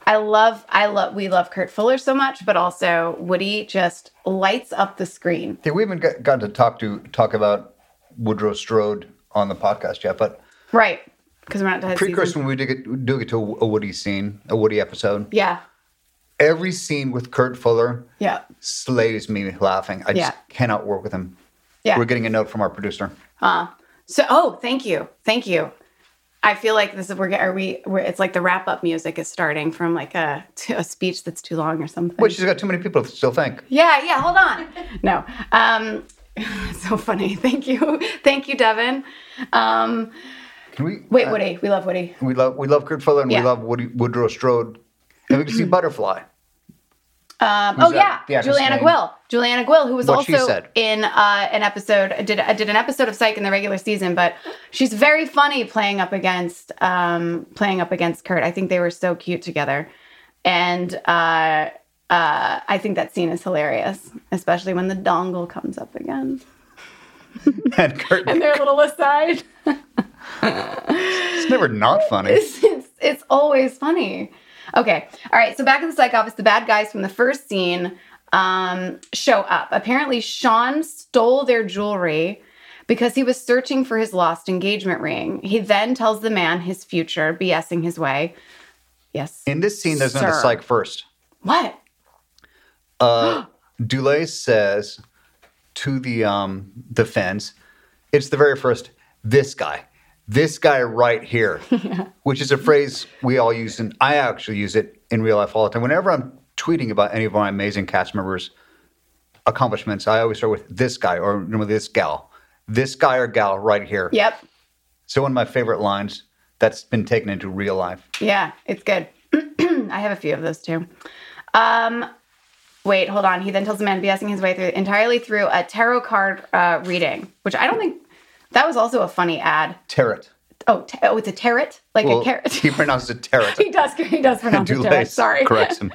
[SPEAKER 1] I love I love we love Kurt Fuller so much, but also Woody just lights up the screen.
[SPEAKER 2] Yeah, we haven't got, gotten to talk to talk about Woodrow Strode on the podcast yet, but
[SPEAKER 1] Right. Because we're not done.
[SPEAKER 2] pre
[SPEAKER 1] season.
[SPEAKER 2] Christmas we do get, do get to a Woody scene, a Woody episode.
[SPEAKER 1] Yeah.
[SPEAKER 2] Every scene with Kurt Fuller
[SPEAKER 1] Yeah.
[SPEAKER 2] slays me laughing. I
[SPEAKER 1] Yeah.
[SPEAKER 2] just cannot work with him.
[SPEAKER 1] Yeah.
[SPEAKER 2] We're getting a note from our producer.
[SPEAKER 1] so oh, thank you. Thank you. I feel like this is we're get- are we we're, it's like the wrap up music is starting from like a to a speech that's too long or something.
[SPEAKER 2] Which has got too many people to still think.
[SPEAKER 1] Yeah, yeah, hold on. No. Um so funny. Thank you. Thank you, Devin. Um
[SPEAKER 2] Can we
[SPEAKER 1] wait,
[SPEAKER 2] uh,
[SPEAKER 1] Woody. We love Woody.
[SPEAKER 2] We love we love Kurt Fuller and
[SPEAKER 1] Yeah.
[SPEAKER 2] we love Woody, Woodrow Strode. And we can see Butterfly.
[SPEAKER 1] Um,
[SPEAKER 2] who's
[SPEAKER 1] oh
[SPEAKER 2] that? The
[SPEAKER 1] yeah,
[SPEAKER 2] actress
[SPEAKER 1] Juliana
[SPEAKER 2] name?
[SPEAKER 1] Gwill. Juliana Gwill, who was
[SPEAKER 2] What She
[SPEAKER 1] also
[SPEAKER 2] Said.
[SPEAKER 1] in uh, an episode, did did an episode of Psych in the regular season, but she's very funny playing up against um, playing up against Kurt. I think they were so cute together, and uh, uh, I think that scene is hilarious, especially when the dongle comes up again
[SPEAKER 2] And Kurt
[SPEAKER 1] and their little aside.
[SPEAKER 2] it's never not funny.
[SPEAKER 1] it's, it's, it's always funny. Okay. All right. So back in the psych office, the bad guys from the first scene um, show up. Apparently, Sean stole their jewelry because he was searching for his lost engagement ring. He then tells the man his future, BSing his way. Yes.
[SPEAKER 2] In this scene, there's another
[SPEAKER 1] Sir.
[SPEAKER 2] psych first.
[SPEAKER 1] What?
[SPEAKER 2] Dulé says to the um, defense, it's the very first, this guy, this guy right here, which is a phrase we all use, and I actually use it in real life all the time. Whenever I'm tweeting about any of my amazing cast members' accomplishments, I always start with this guy or normally this gal, this guy or gal right here.
[SPEAKER 1] Yep.
[SPEAKER 2] So one of my favorite lines that's been taken into real life.
[SPEAKER 1] Yeah, it's good. I have a few of those too. Um, wait, hold on. He then tells the man BSing his way through entirely through a tarot card uh, reading, which I don't think that was also a funny ad.
[SPEAKER 2] Tarot.
[SPEAKER 1] Oh, ta- oh, it's a tarot, like
[SPEAKER 2] Well,
[SPEAKER 1] a carrot.
[SPEAKER 2] he pronounces it tarot.
[SPEAKER 1] he does. He does pronounce it tarot.
[SPEAKER 2] Dulé
[SPEAKER 1] Sorry.
[SPEAKER 2] corrects him.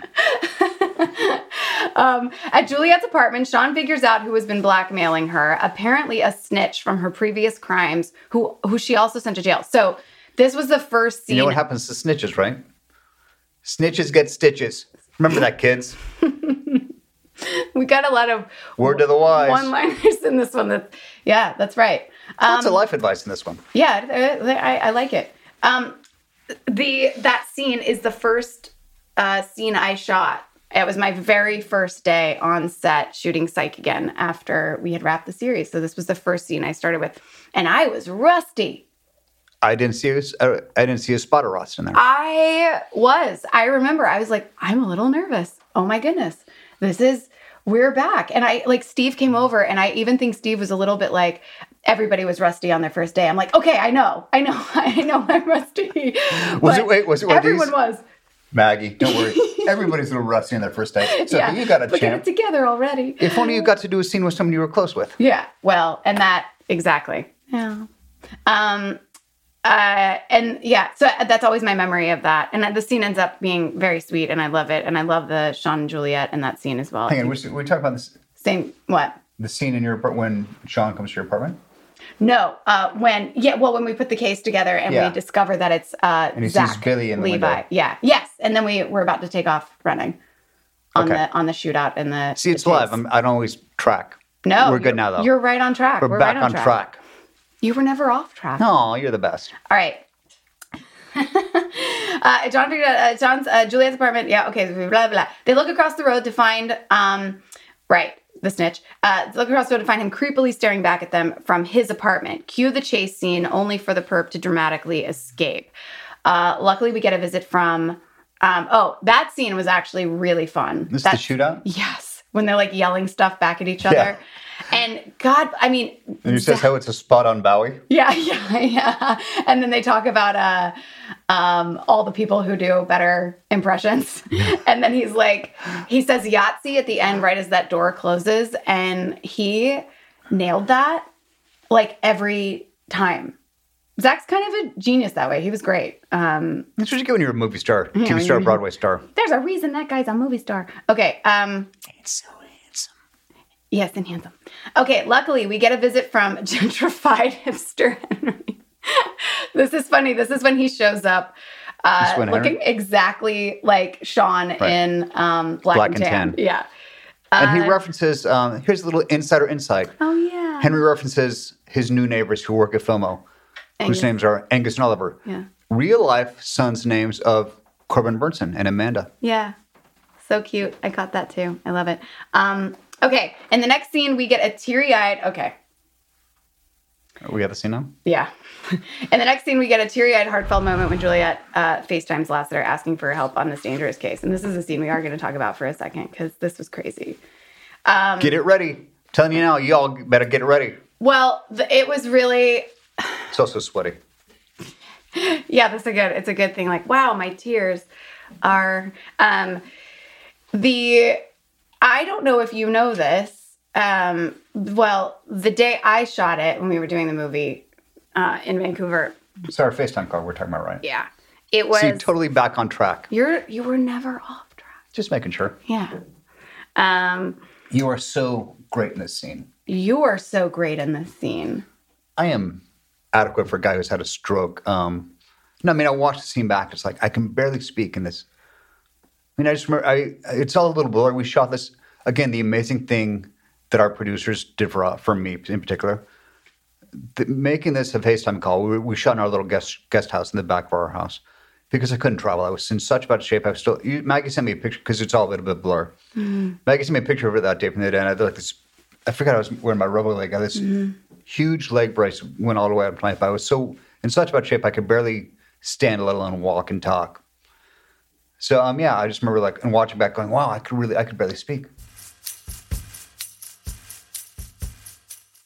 [SPEAKER 1] At Juliet's apartment, Sean figures out who has been blackmailing her. Apparently, a snitch from her previous crimes, who who she also sent to jail. So this was the first scene.
[SPEAKER 2] You know what happens to snitches, right? Snitches get stitches. Remember that, kids.
[SPEAKER 1] we got a lot of
[SPEAKER 2] Word to the wise.
[SPEAKER 1] one liners in this one. That yeah, that's right.
[SPEAKER 2] Lots
[SPEAKER 1] Um,
[SPEAKER 2] of life advice in this one.
[SPEAKER 1] Yeah, I, I- I like it. Um, the that scene is the first uh, scene I shot. It was my very first day on set shooting Psych again after we had wrapped the series. So this was the first scene I started with, and I was rusty.
[SPEAKER 2] I didn't see a, uh, I didn't see a spot of rust in there.
[SPEAKER 1] I was. I remember I was like, I'm a little nervous. Oh my goodness. This is we're back. And I like Steve came
[SPEAKER 2] Mm-hmm.
[SPEAKER 1] over and I even think Steve was a little bit like everybody was rusty on their first day. I'm like, okay, I know. I know. I know I'm rusty.
[SPEAKER 2] Was it-
[SPEAKER 1] But
[SPEAKER 2] wait, was it one of
[SPEAKER 1] Everyone
[SPEAKER 2] these?
[SPEAKER 1] was.
[SPEAKER 2] Maggie, don't worry. Everybody's a little rusty on their first day. So
[SPEAKER 1] yeah.
[SPEAKER 2] you got a
[SPEAKER 1] But get it
[SPEAKER 2] chance.
[SPEAKER 1] together already.
[SPEAKER 2] If only you got to do a scene with someone you were close with.
[SPEAKER 1] Yeah. Well, and that exactly. Yeah. Um uh, and yeah, so that's always my memory of that. And the scene ends up being very sweet, and I love it. And I love the Sean and Juliet in that scene as well.
[SPEAKER 2] Hang on, we, we talked about this
[SPEAKER 1] Same what?
[SPEAKER 2] the scene in your apart- when Sean comes to your apartment
[SPEAKER 1] No, uh, when yeah, well, when we put the case together and
[SPEAKER 2] Yeah.
[SPEAKER 1] we discover that it's uh,
[SPEAKER 2] And he
[SPEAKER 1] Zach
[SPEAKER 2] sees Billy in the
[SPEAKER 1] Levi.
[SPEAKER 2] window.
[SPEAKER 1] Yeah, yes, and then we were about to take off running on
[SPEAKER 2] Okay.
[SPEAKER 1] the on the shootout and the.
[SPEAKER 2] see
[SPEAKER 1] the
[SPEAKER 2] it's live
[SPEAKER 1] chase.
[SPEAKER 2] I'm, I don't always track
[SPEAKER 1] no,
[SPEAKER 2] we're good
[SPEAKER 1] you're-
[SPEAKER 2] now, though.
[SPEAKER 1] You're right on track.
[SPEAKER 2] we're,
[SPEAKER 1] We're
[SPEAKER 2] back
[SPEAKER 1] right
[SPEAKER 2] on track,
[SPEAKER 1] You were never off track.
[SPEAKER 2] oh you're the best
[SPEAKER 1] All right. uh, John figured out uh, John's uh, Juliet's apartment. Yeah, okay. Blah, blah blah. They look across the road to find um, right the snitch. Uh, they look across the road to find him creepily staring back at them from his apartment. Cue the chase scene, only for the perp to dramatically escape. Uh, luckily, we get a visit from. Um, oh, that scene was actually really fun.
[SPEAKER 2] this
[SPEAKER 1] That-
[SPEAKER 2] is the shootout
[SPEAKER 1] Yes, when they're like yelling stuff back at each other. And God, I mean,
[SPEAKER 2] and he says how it's a spot on Bowie
[SPEAKER 1] yeah, yeah, yeah. And then they talk about uh, um, all the people who do better impressions. and then he's like, he says Yahtzee at the end, right as that door closes. And he nailed that like every time. Zach's kind of a genius that way. He was great. Um,
[SPEAKER 2] that's what you get when you're a movie star TV star Broadway star
[SPEAKER 1] there's a reason that guy's a movie star. Okay. Um, Yes, and handsome. Okay, luckily we get a visit from gentrified hipster Henry. this is funny. This is when he shows up, uh,
[SPEAKER 2] This when Henry-
[SPEAKER 1] looking exactly like Sean
[SPEAKER 2] Right.
[SPEAKER 1] in um, Black,
[SPEAKER 2] Black
[SPEAKER 1] and
[SPEAKER 2] and
[SPEAKER 1] Tan.
[SPEAKER 2] Tan.
[SPEAKER 1] Yeah.
[SPEAKER 2] and
[SPEAKER 1] Uh,
[SPEAKER 2] he references um, here's a little insider insight
[SPEAKER 1] Oh yeah.
[SPEAKER 2] Henry references his new neighbors who work at Filmo
[SPEAKER 1] Angus.
[SPEAKER 2] whose names are Angus and Oliver
[SPEAKER 1] Yeah.
[SPEAKER 2] real life sons names of Corbin Burnson and Amanda
[SPEAKER 1] Yeah. So cute. I caught that too. I love it. Um, okay, in the next scene we get a teary-eyed. Okay.
[SPEAKER 2] we have the scene now
[SPEAKER 1] Yeah. and the next scene, we get a teary eyed, heartfelt moment when Juliet uh, FaceTimes Lassiter asking for help on this dangerous case. And this is a scene we are going to talk about for a second because this was crazy. Um,
[SPEAKER 2] get it ready telling you now y'all better get it ready
[SPEAKER 1] Well, the, it was really,
[SPEAKER 2] it's also sweaty
[SPEAKER 1] yeah, that's a good, it's a good thing. Like, wow, my tears are. Um, the, I don't know if you know this. Um, well, the day I shot it when we were doing the movie uh, in Vancouver,
[SPEAKER 2] it's our FaceTime call we're talking about right
[SPEAKER 1] yeah, it was.
[SPEAKER 2] so you're totally back on track
[SPEAKER 1] you're you were never off track.
[SPEAKER 2] just making sure
[SPEAKER 1] Yeah. Um,
[SPEAKER 2] you are so great in this scene
[SPEAKER 1] you are so great in this scene.
[SPEAKER 2] I am adequate for a guy who's had a stroke. Um, no, I mean, I watched the scene back. It's like I can barely speak in this. I mean, I just remember. I it's all a little blurry. We shot this again. The amazing thing that our producers did for uh, for me in particular, the, making this a FaceTime call. We, we shot in our little guest guest house in the back of our house because I couldn't travel. I was in such bad shape. I was still. You, Maggie sent me a picture because it's all a little bit blur. Maggie sent me a picture of it that day from the day, and I had like this. I forgot I was wearing my rubber leg. I had this
[SPEAKER 1] Mm-hmm.
[SPEAKER 2] huge leg brace went all the way up to my hip. I was so in such bad shape I could barely stand, let alone walk and talk. So um, yeah, I just remember like and watching back, going, "Wow, I could really, I could barely speak."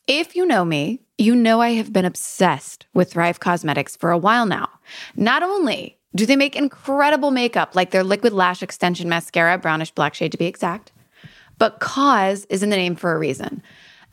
[SPEAKER 3] If you know me, you know I have been obsessed with Thrive Cosmetics for a while now. Not only do they make incredible makeup like their liquid lash extension mascara, brownish black shade to be exact, but cause is in the name for a reason.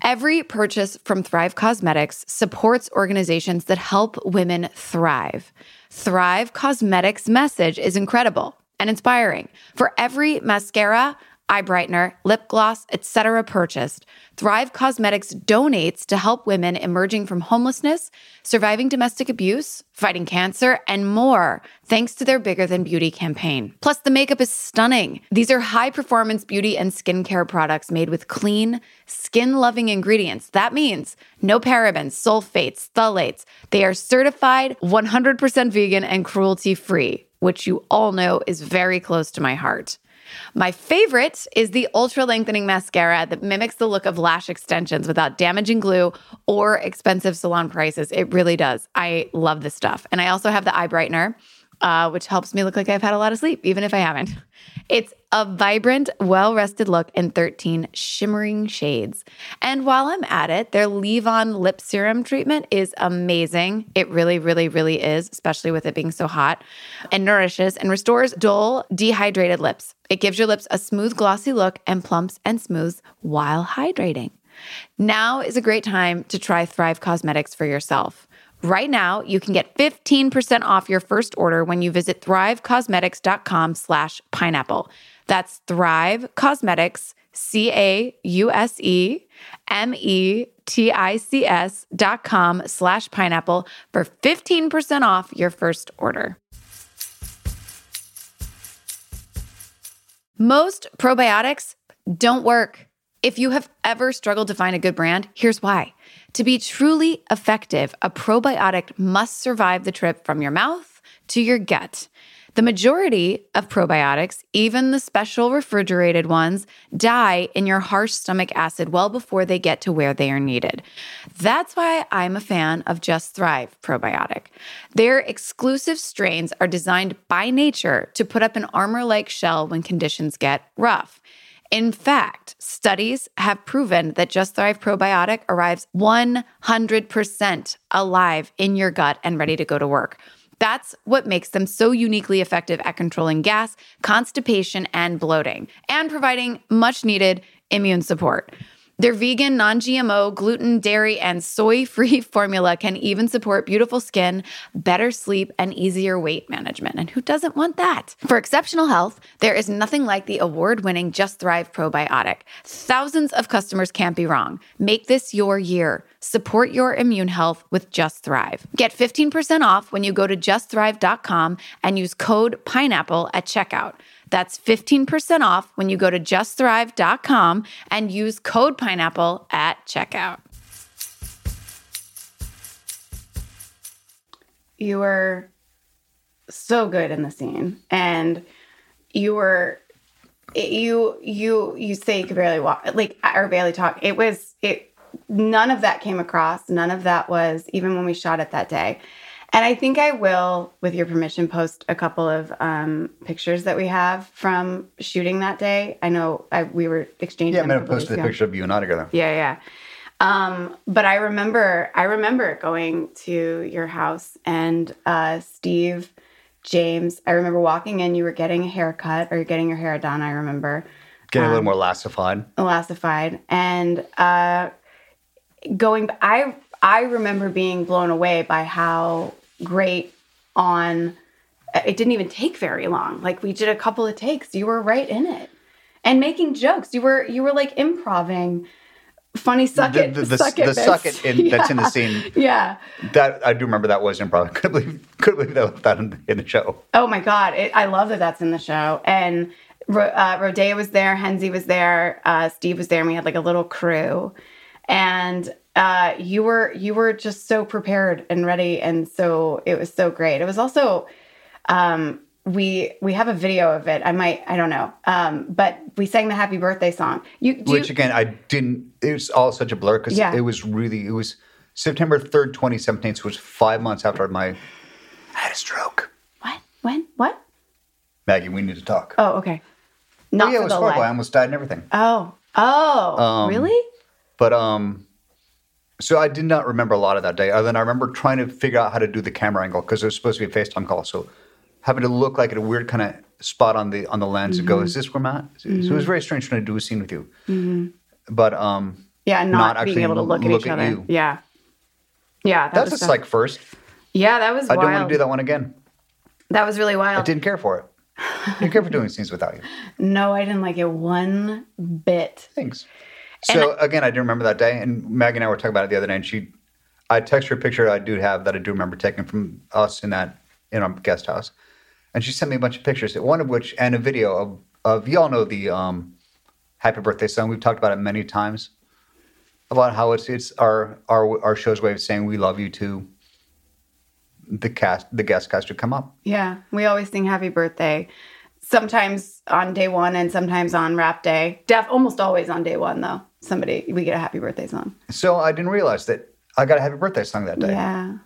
[SPEAKER 3] Every purchase from Thrive Cosmetics supports organizations that help women thrive. Thrive Cosmetics' message is incredible and inspiring. For every mascara, eye brightener, lip gloss, etc. purchased, Thrive Cosmetics donates to help women emerging from homelessness, surviving domestic abuse, fighting cancer, and more, thanks to their Bigger Than Beauty campaign. Plus, the makeup is stunning. These are high performance beauty and skincare products made with clean, skin loving ingredients. That means no parabens, sulfates, phthalates. They are certified 100% vegan and cruelty free, which you all know is very close to my heart. My favorite is the ultra lengthening mascara that mimics the look of lash extensions without damaging glue or expensive salon prices. It really does. I love this stuff. And I also have the eye brightener, uh, which helps me look like I've had a lot of sleep, even if I haven't. It's a vibrant, well rested look in 13 shimmering shades. And while I'm at it, their Leave On lip serum treatment is amazing. It really, really, really is, especially with it being so hot, and nourishes and restores dull, dehydrated lips. It gives your lips a smooth, glossy look and plumps and smooths while hydrating. Now is a great time to try Thrive Cosmetics for yourself. Right now, you can get 15% off your first order when you visit thrivecosmetics.com slash pineapple. That's Thrive Cosmetics, E C-A-U-S-E-M-E-T-I-C-S dot com slash pineapple for 15% off your first order. Most probiotics don't work. If you have ever struggled to find a good brand, here's why. To be truly effective, a probiotic must survive the trip from your mouth to your gut. The majority of probiotics, even the special refrigerated ones, die in your harsh stomach acid well before they get to where they are needed. That's why I'm a fan of Just Thrive probiotic. Their exclusive strains are designed by nature to put up an armor like shell when conditions get rough. In fact, studies have proven that Just Thrive probiotic arrives 100% alive in your gut and ready to go to work. That's what makes them so uniquely effective at controlling gas, constipation, and bloating, and providing much needed immune support. Their vegan, non GMO, gluten, dairy, and soy free formula can even support beautiful skin, better sleep, and easier weight management. And who doesn't want that? For exceptional health, there is nothing like the award winning Just Thrive probiotic. Thousands of customers can't be wrong. Make this your year. Support your immune health with Just Thrive. Get 15% off when you go to justthrive.com and use code PINEAPPLE at checkout. That's 15% off when you go to justthrive.com and use code pineapple at checkout.
[SPEAKER 1] You were so good in the scene, and you were you you you say you could barely walk, like or barely talk. It was it. None of that came across. None of that was even when we shot it that day. And I think I will, with your permission, post a couple of um, pictures that we have from shooting that day. I know I, we were exchanging.
[SPEAKER 2] Yeah, I'm
[SPEAKER 1] them a
[SPEAKER 2] gonna
[SPEAKER 1] couple
[SPEAKER 2] post
[SPEAKER 1] days
[SPEAKER 2] the
[SPEAKER 1] ago.
[SPEAKER 2] picture of you and I together.
[SPEAKER 1] Yeah, yeah. Um, but I remember, I remember going to your house and uh, Steve, James. I remember walking in. You were getting a haircut, or you're getting your hair done. I remember
[SPEAKER 2] Getting
[SPEAKER 1] Um,
[SPEAKER 2] a little more lassified.
[SPEAKER 1] elastified and uh, going i i remember being blown away by how great on it didn't even take very long like we did a couple of takes you were right in it and making jokes you were you were like improving funny suck
[SPEAKER 2] The-
[SPEAKER 1] it
[SPEAKER 2] the- the-
[SPEAKER 1] suck it
[SPEAKER 2] the
[SPEAKER 1] bits.
[SPEAKER 2] suck it in- that's in the scene.
[SPEAKER 1] yeah
[SPEAKER 2] That I do remember that was improv. Could believe could believe they left that in, in the show.
[SPEAKER 1] Oh my God. It, I love that that's in the show. And Ro- uh, Rodea was there, Henzi was there, uh, Steve was there, and we had like a little crew. And uh, you were you were just so prepared and ready, and so it was so great. It was also um, we we have a video of it. I might I don't know, um, but we sang the happy birthday song. You, do
[SPEAKER 2] Which
[SPEAKER 1] you,
[SPEAKER 2] again, I didn't. It was all such a blur because
[SPEAKER 1] Yeah.
[SPEAKER 2] it was really. It was September third, twenty seventeen, so it was five months after my I had a stroke.
[SPEAKER 1] what when what?
[SPEAKER 2] Maggie, we need to talk.
[SPEAKER 1] Oh okay,
[SPEAKER 2] Oh,
[SPEAKER 1] not
[SPEAKER 2] yeah, it
[SPEAKER 1] for
[SPEAKER 2] was
[SPEAKER 1] the
[SPEAKER 2] horrible. I
[SPEAKER 1] life.
[SPEAKER 2] almost died and everything.
[SPEAKER 1] Oh oh
[SPEAKER 2] Um,
[SPEAKER 1] really?
[SPEAKER 2] But um, so I did not remember a lot of that day. Other than I remember trying to figure out how to do the camera angle because it was supposed to be a FaceTime call. So having to look like at a weird kind of spot on the on the lens and
[SPEAKER 1] Mm-hmm.
[SPEAKER 2] go, "Is this where I'm at?" So it was very strange trying to do a scene with you.
[SPEAKER 1] Mm-hmm.
[SPEAKER 2] But um,
[SPEAKER 1] Yeah,
[SPEAKER 2] not
[SPEAKER 1] not, being
[SPEAKER 2] actually
[SPEAKER 1] able to look at
[SPEAKER 2] look
[SPEAKER 1] each
[SPEAKER 2] at
[SPEAKER 1] other.
[SPEAKER 2] you.
[SPEAKER 1] Yeah. Yeah, that
[SPEAKER 2] that's
[SPEAKER 1] was
[SPEAKER 2] just
[SPEAKER 1] tough.
[SPEAKER 2] like first.
[SPEAKER 1] Yeah, that was
[SPEAKER 2] I
[SPEAKER 1] wild.
[SPEAKER 2] don't want to do that one again.
[SPEAKER 1] That was really
[SPEAKER 2] I
[SPEAKER 1] wild.
[SPEAKER 2] didn't care for it. I didn't care for doing scenes without you.
[SPEAKER 1] No, I didn't like it one bit.
[SPEAKER 2] Thanks. So again, I do remember that day, and Maggie and I were talking about it the other day, and she, I text her a picture I do have that I do remember taking from us in that in our guest house, and she sent me a bunch of pictures, one of which and a video of of y'all know the um, Happy Birthday song. We've talked about it many times about how it's it's our our our show's way of saying we love you to the cast the guest cast who come up.
[SPEAKER 1] Yeah, we always sing happy birthday. Sometimes on day one and sometimes on rap day. Def almost always on day one though. Somebody we get a happy birthday song.
[SPEAKER 2] So I didn't realize that I got a Happy Birthday song that day.
[SPEAKER 1] Yeah.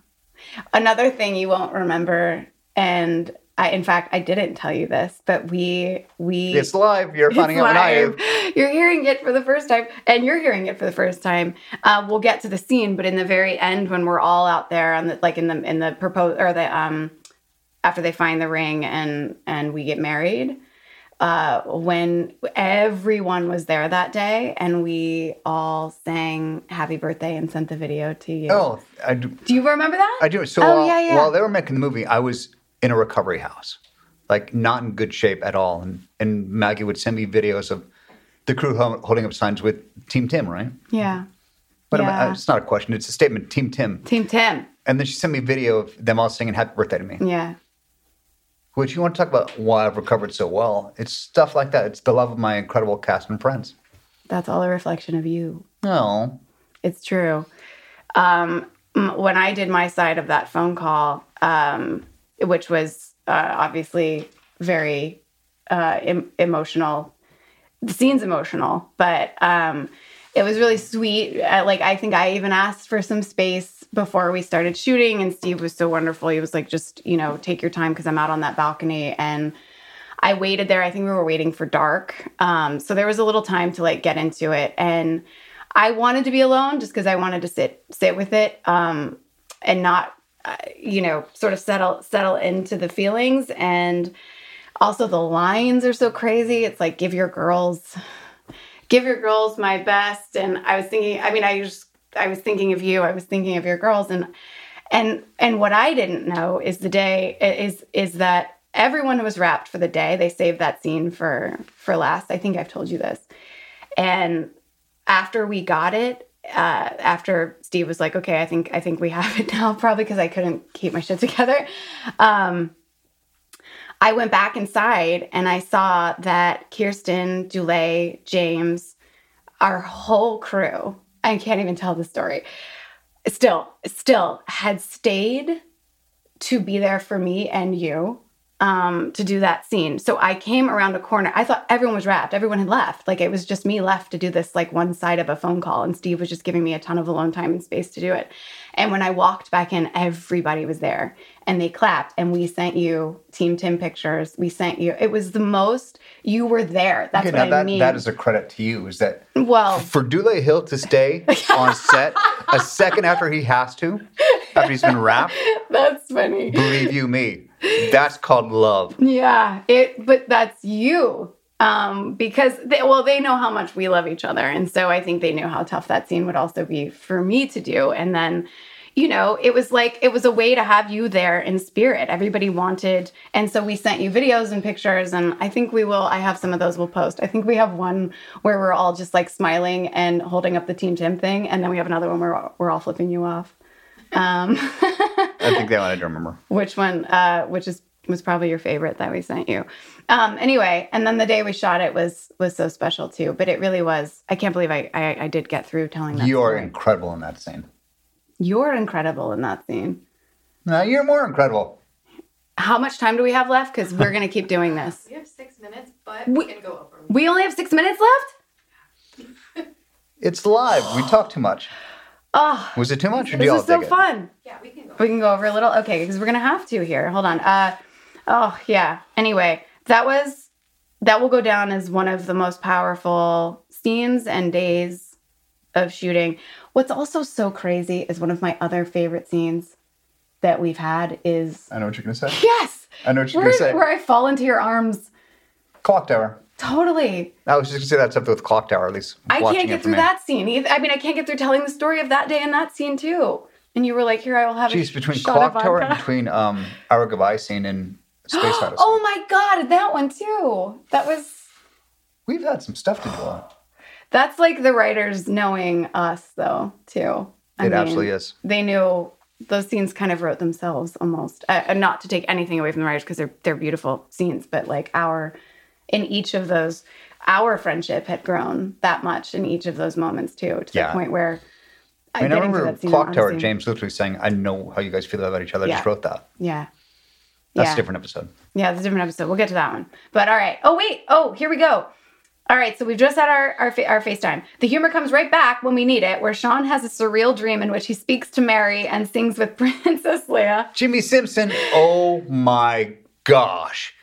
[SPEAKER 1] Another thing you won't remember, and I in fact I didn't tell you this, but we we
[SPEAKER 2] It's live. You're finding
[SPEAKER 1] It's
[SPEAKER 2] out when I am.
[SPEAKER 1] live. You're hearing it for the first time, and you're hearing it for the first time. Uh, we'll get to the scene, but in the very end, when we're all out there on the like in the in the propose or the um after they find the ring and and we get married, uh, when everyone was there that day and we all sang happy birthday and sent the video to you.
[SPEAKER 2] Oh, I do,
[SPEAKER 1] Do you remember that?
[SPEAKER 2] I do. So
[SPEAKER 1] Oh,
[SPEAKER 2] while,
[SPEAKER 1] yeah, yeah.
[SPEAKER 2] while they were making the movie, I was in a recovery house, like not in good shape at all. And, and Maggie would send me videos of the crew hol- holding up signs with Team Tim, right?
[SPEAKER 1] Yeah.
[SPEAKER 2] But I'm-
[SPEAKER 1] Yeah.
[SPEAKER 2] it's not a question; it's a statement. Team Tim.
[SPEAKER 1] Team Tim.
[SPEAKER 2] And then she sent me a video of them all singing "Happy Birthday" to me.
[SPEAKER 1] Yeah.
[SPEAKER 2] Which you want to talk about why I've recovered so well? It's stuff like that. It's the love of my incredible cast and friends.
[SPEAKER 1] That's all a reflection of you.
[SPEAKER 2] Oh,
[SPEAKER 1] It's true. Um, m- when I did my side of that phone call, um, which was uh, obviously very uh, em- emotional, the scene's emotional, but um, it was really sweet. Uh, like, I think I even asked for some space before we started shooting, and Steve was so wonderful. He was like, just, you know, take your time because I'm out on that balcony. And I waited there. I think we were waiting for dark. Um, so there was a little time to like get into it. And I wanted to be alone just because I wanted to sit sit with it um, and not, uh, you know, sort of settle settle into the feelings. And also the lines are so crazy. It's like give your girls, give your girls my best. And I was thinking. I mean, I just I was thinking of you. I was thinking of your girls. And and and what I didn't know is the day is is that everyone was wrapped for the day. They saved that scene for for last. I think I've told you this. And after we got it, uh, after Steve was like, "Okay, I think I think we have it now," probably because I couldn't keep my shit together. Um, I went back inside and I saw that Kirsten, Dulé, James, our whole crew. I can't even tell the story still still had stayed to be there for me and you um, to do that scene. So I came around a corner. I thought everyone was wrapped. Everyone had left. Like it was just me left to do this like one side of a phone call and Steve was just giving me a ton of alone time and space to do it. And when I walked back in, everybody was there and they clapped and we sent you team Tim pictures. We sent you. It was the most you were there. That's
[SPEAKER 2] okay,
[SPEAKER 1] what
[SPEAKER 2] now
[SPEAKER 1] I
[SPEAKER 2] that,
[SPEAKER 1] mean.
[SPEAKER 2] that is a credit to you. Is that
[SPEAKER 1] well,
[SPEAKER 2] for Dule Hill to stay on set a second after he has to, after he's been wrapped?
[SPEAKER 1] that's funny.
[SPEAKER 2] Believe you me, that's called love.
[SPEAKER 1] Yeah, it but that's you. Um because they, well they know how much we love each other and so I think they knew how tough that scene would also be for me to do and then you know it was like it was a way to have you there in spirit. Everybody wanted and so we sent you videos and pictures and I think we will I have some of those we'll post. I think we have one where we're all just like smiling and holding up the team Tim thing and then we have another one where we're all flipping you off. Um
[SPEAKER 2] I think they wanted to remember.
[SPEAKER 1] which one uh which is was probably your favorite that we sent you um anyway and then the day we shot it was was so special too but it really was i can't believe i i, I did get through telling that
[SPEAKER 2] you are
[SPEAKER 1] story.
[SPEAKER 2] incredible in that scene.
[SPEAKER 1] you're incredible in that scene
[SPEAKER 2] No, you're more incredible.
[SPEAKER 1] how much time do we have left because we're gonna keep doing this
[SPEAKER 5] We have six minutes, but
[SPEAKER 1] We-
[SPEAKER 5] we can go over.
[SPEAKER 1] we only have six minutes left
[SPEAKER 2] It's live. We talk too much.
[SPEAKER 1] oh
[SPEAKER 2] Was it too much? Or do
[SPEAKER 1] this
[SPEAKER 2] y'all
[SPEAKER 1] was so
[SPEAKER 2] dig it?
[SPEAKER 1] fun
[SPEAKER 5] Yeah, we can go.
[SPEAKER 1] we can go over a little okay because we're gonna have to here hold on uh oh yeah anyway that was that will go down as one of the most powerful scenes and days of shooting what's also so crazy is one of my other favorite scenes that we've had is
[SPEAKER 2] I know what you're gonna say.
[SPEAKER 1] yes
[SPEAKER 2] I know what you're
[SPEAKER 1] where,
[SPEAKER 2] gonna say.
[SPEAKER 1] where i fall into your arms
[SPEAKER 2] Clock Tower.
[SPEAKER 1] totally
[SPEAKER 2] I was just gonna say that's up there with Clock Tower. At least
[SPEAKER 1] i
[SPEAKER 2] watching
[SPEAKER 1] can't
[SPEAKER 2] it
[SPEAKER 1] get
[SPEAKER 2] from
[SPEAKER 1] through
[SPEAKER 2] here.
[SPEAKER 1] that scene either. i mean i can't get through telling the story of that day and that scene too and you were like here i will have a
[SPEAKER 2] Jeez, between
[SPEAKER 1] shot of
[SPEAKER 2] Clock Tower and
[SPEAKER 1] vodka.
[SPEAKER 2] between um, Our Goodbye scene and Space Odyssey,
[SPEAKER 1] oh my god that one too that was
[SPEAKER 2] we've had some stuff to do on.
[SPEAKER 1] That's like the writers knowing us, though, too.
[SPEAKER 2] It absolutely is.
[SPEAKER 1] They knew those scenes kind of wrote themselves almost. Uh, and not to take anything away from the writers because they're they're beautiful scenes, but like our in each of those, our friendship had grown that much in each of those moments too, to
[SPEAKER 2] Yeah.
[SPEAKER 1] the point where
[SPEAKER 2] I mean, I
[SPEAKER 1] getting to
[SPEAKER 2] remember
[SPEAKER 1] that scene,
[SPEAKER 2] Clock Tower.
[SPEAKER 1] honestly-
[SPEAKER 2] James literally saying, "I know how you guys feel about each other." I just
[SPEAKER 1] Yeah.
[SPEAKER 2] wrote that.
[SPEAKER 1] Yeah.
[SPEAKER 2] That's
[SPEAKER 1] yeah.
[SPEAKER 2] a different episode.
[SPEAKER 1] Yeah, it's a different episode. We'll get to that one. But all right. Oh wait. Oh, here we go. All right. So we've just had our our, fa- our FaceTime. The humor comes right back when we need it, where Sean has a surreal dream in which he speaks to Mary and sings with Princess Leia.
[SPEAKER 2] Jimmy Simpson. Oh my gosh,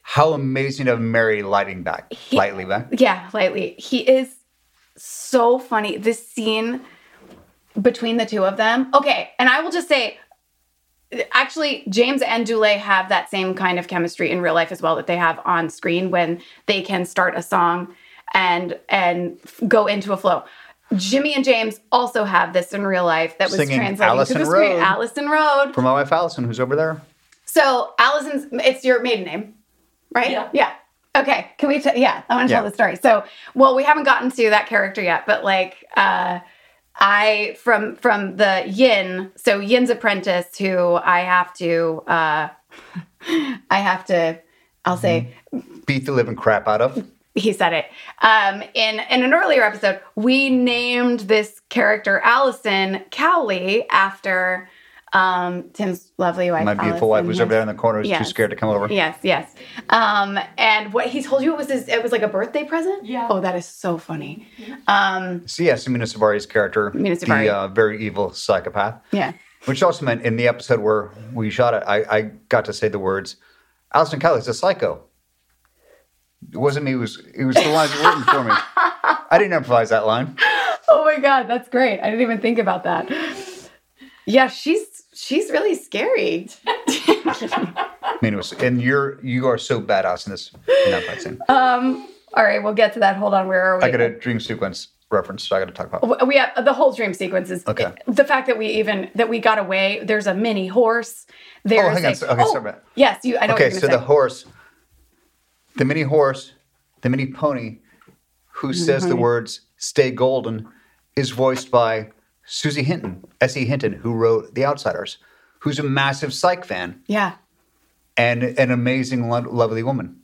[SPEAKER 2] how amazing to have Mary lighting back, lightly back.
[SPEAKER 1] Yeah, lightly. He is so funny. This scene between the two of them. Okay, and I will just say actually James and Dulé have that same kind of chemistry in real life as well that they have on screen when they can start a song and and f- go into a flow. Jimmy and James also have this in real life that was
[SPEAKER 2] Singing
[SPEAKER 1] translated
[SPEAKER 2] Allison
[SPEAKER 1] to the screen.
[SPEAKER 2] Road.
[SPEAKER 1] Allison Road.
[SPEAKER 2] For my wife Allison, who's over there.
[SPEAKER 1] So Allison's it's your maiden name, right?
[SPEAKER 5] Yeah.
[SPEAKER 1] Yeah. Okay. Can we? T- yeah, I want to
[SPEAKER 2] Yeah.
[SPEAKER 1] tell the story. So, well, we haven't gotten to that character yet, but like, uh, I from from the Yin. So Yin's apprentice, who I have to, uh, I have to. I'll say
[SPEAKER 2] Mm-hmm. Beat the living crap out of.
[SPEAKER 1] he said it um, in in an earlier episode. We named this character Allison Cowley after um, Tim's lovely wife.
[SPEAKER 2] My beautiful wife
[SPEAKER 1] Allison
[SPEAKER 2] was over there in the corner, was too
[SPEAKER 1] Yes.
[SPEAKER 2] scared to come over.
[SPEAKER 1] Yes, yes. Um, and what he told you it was his, it was like a birthday present.
[SPEAKER 5] Yeah.
[SPEAKER 1] Oh, that is so funny. Um,
[SPEAKER 2] So yes, Mina Savari's character,
[SPEAKER 1] Mina Savari.
[SPEAKER 2] the uh, very evil psychopath,
[SPEAKER 1] yeah.
[SPEAKER 2] which also meant in the episode where we shot it, I, I got to say the words, Allison Kelly's a psycho. It wasn't me, it was, it was the lines written for me. I didn't improvise that line.
[SPEAKER 1] Oh my god, that's great. I didn't even think about that. Yeah, she's she's really scary.
[SPEAKER 2] I mean, it was, and you're, you are so badass in this, in that fight scene.
[SPEAKER 1] Um, All right, we'll get to that. Hold on, where are we?
[SPEAKER 2] I got a dream sequence reference that I got to talk about.
[SPEAKER 1] W- we have the whole dream sequence is
[SPEAKER 2] Okay.
[SPEAKER 1] the fact that we even that we got away. There's a mini horse. There's
[SPEAKER 2] Oh, hang on,
[SPEAKER 1] a- Oh,
[SPEAKER 2] so- okay, sorry about-
[SPEAKER 1] yes, you. I know.
[SPEAKER 2] Okay,
[SPEAKER 1] what you're
[SPEAKER 2] so
[SPEAKER 1] gonna
[SPEAKER 2] the
[SPEAKER 1] say.
[SPEAKER 2] horse, the mini horse, the mini pony, who says the words "Stay Golden," is voiced by Susie Hinton, S.E. Hinton, who wrote *The Outsiders*, who's a massive psych fan
[SPEAKER 1] yeah,
[SPEAKER 2] and an amazing, lo- lovely woman.